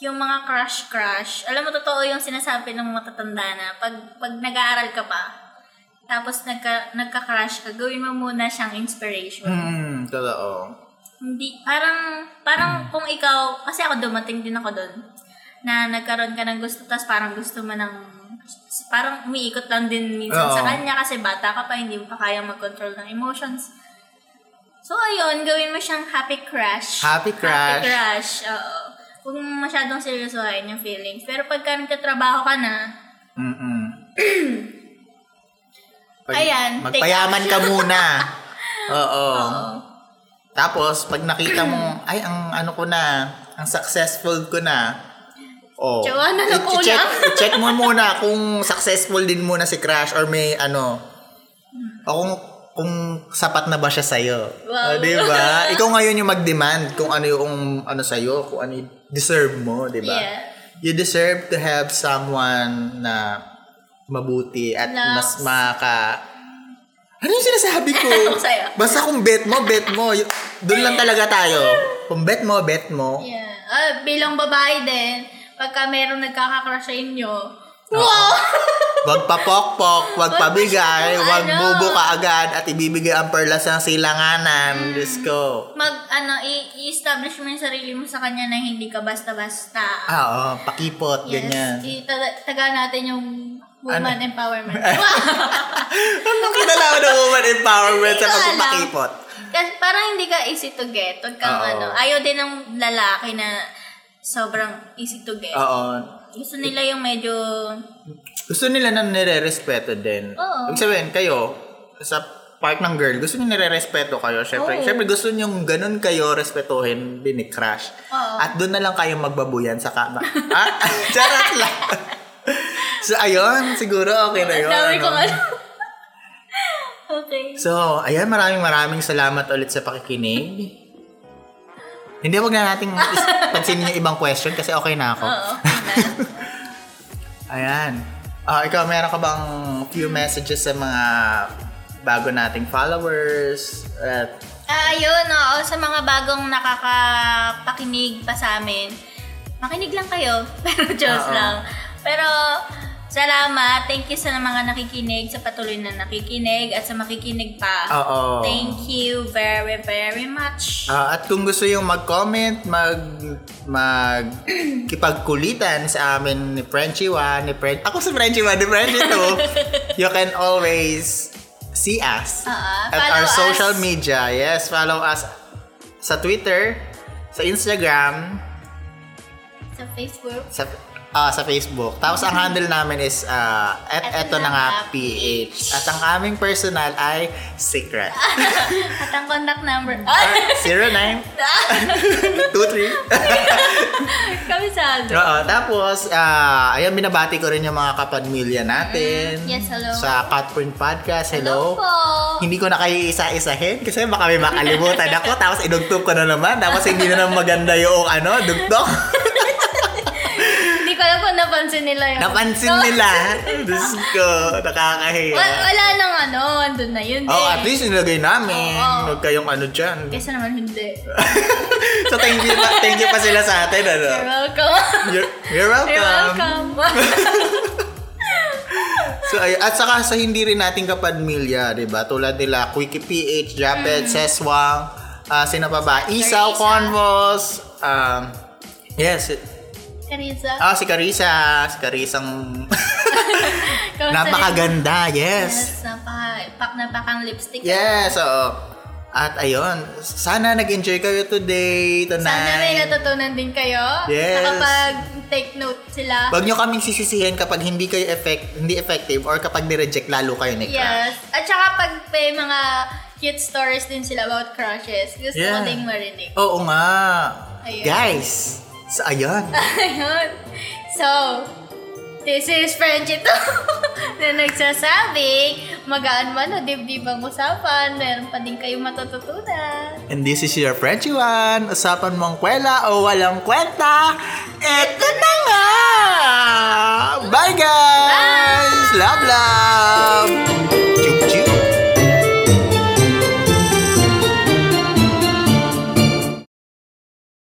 yung mga crush-crush, alam mo, totoo yung sinasabi ng matatanda na pag, pag nag-aaral ka pa, tapos nagka, nagka-crush ka, gawin mo muna siyang inspiration. Hmm, totoo. Hindi, parang, Mm. parang kung ikaw, kasi ako dumating din ako doon, na nagkaroon ka ng gusto, tapos parang gusto mo ng, parang umiikot lang din minsan Oo. sa kanya kasi bata ka pa, hindi mo pa kaya mag-control ng emotions. So, ayun, gawin mo siyang happy crush. Happy crush. Happy crush, oo. Huwag mo masyadong seryosohin yung feelings. Pero pagka nagtatrabaho ka na, Mm-mm. Ayan, take Magpayaman ka muna. Oo. oo. Tapos, pag nakita mo, ay, ang ano ko na, ang successful ko na, oh, Tsawa na lang i- i-check, kulang. i-check mo muna kung successful din muna si Crush or may ano, o kung, kung sapat na ba siya sa'yo. O, Wow. di ba? Ikaw ngayon yung mag-demand kung ano yung ano sa'yo, kung ano yung deserve mo, diba? di ba? Yeah. You deserve to have someone na mabuti at Na- mas maka ano yung sinasabi ko? Ang saya. Basta kung bet mo, bet mo. Y- Doon lang talaga tayo. Kung bet mo, bet mo. Yeah. Ah, bilang babae din, pagka mayroong nagkakakrush sa inyo, Oo. wow! Wag papokpok, wag Wag pabigay, masyadong wag ano. bubo ka agad at ibibigay ang perlas ng Mm. silanganan. Diyos ko. Mag, ano, i- i-establish mo yung sarili mo sa kanya na hindi ka basta-basta. Ah, oo, pakipot, ganyan. Ano? I- taga- taga natin yung woman empowerment. Anong kinalaman ng woman empowerment sa Hindi ko alam. pagpapakipot? Kasi parang hindi ka easy to get. Huwag kang Oo. ano. Ayaw din ng lalaki na sobrang easy to get. Oo. Gusto nila yung medyo... Gusto nila na nire-respeto din. Oo. Ibig sabihin, kayo, sa part ng girl, gusto niyo nire-respeto kayo. Siyempre, Oo. siyempre gusto niyo ganun kayo respetuhin din ni Crush. Oo. At doon na lang kayo magbabuyan sa kama. ah, charot lang. So, ayun, siguro okay na yun. Ang dami ano. kong ano. Okay. So, ayan, maraming maraming salamat ulit sa pakikinig. Hindi, wag na nating pansinin yung ibang question kasi okay na ako. Oo. Ayan. Ah, ikaw, meron ka bang few messages sa mga bago nating followers? At, Ah, yun, oo. Sa mga bagong nakakapakinig pa sa amin, makinig lang kayo. Pero Diyos Oo. lang. Pero, salamat. Thank you sa mga nakikinig, sa patuloy na nakikinig, at sa makikinig pa. oo. Thank you very, very much. Ah, at kung gusto yung mag-comment, mag mag kipagkulitan sa amin ni Frenchie 1, ni French Ako si Frenchie 1, ni Frenchie 2. you can always see us Ah, at follow our us. social media. Yes, follow us sa Twitter, sa Instagram, Sa Facebook. sa ah, sa Facebook. Tapos ang handle namin is ah, at eto na nga PH. At ang aming personal ay secret. At ang contact number. 09 23 Kami sa Oo, tapos, ah, ayan, binabati ko rin yung mga kapamilya natin. Mm, yes, hello. Sa Catprint Podcast, hello. po. Hindi ko na kayo isa-isahin kasi baka may makalimutan ako. Tapos idugtog ko na naman. Tapos hindi na naman maganda yung ano, dugtog. Hindi ko alam kung napansin nila yun. Napansin nila. Diyos ko, Wa- nakakahiya. wala nang ano, andun na yun Oh, eh. at least nilagay namin. Oo. Huwag kayong ano dyan. Kesa naman hindi. Uh, so, thank you, pa, thank you pa sila sa atin. Ano? You're welcome. You're, you're welcome. You're welcome. So, ay, at saka sa hindi rin nating kapadmilya, di ba? Tulad nila, Quickie PH, Mm. Japet, Seswang, ah, sino pa ba? Isaw, Carissa. Convos, um, yes, Carissa. ah, si Carissa, si Carissang Kamusta napakaganda, yes. Yes, napaka, pak na pakang lipstick. Yes, oo. At ayun, sana nag-enjoy kayo today, tonight. Sana may natutunan din kayo. Yes. Nakapag-take note sila. Huwag nyo kaming sisisihin kapag hindi kayo effect, hindi effective or kapag nireject lalo kayo ni crush. yes. At saka pag may mga cute stories din sila about crushes, gusto Yeah. ko ding marinig. Oo nga. Ayun. Guys, sa ayun. Ayun. So, this is Frenchie to na nagsasabi, magaan man o dibdib ang usapan, meron pa din kayong matututunan. And this is your Frenchie one. Usapan mong kwela o walang kwenta. Ito na nga! Bye guys! Love, love!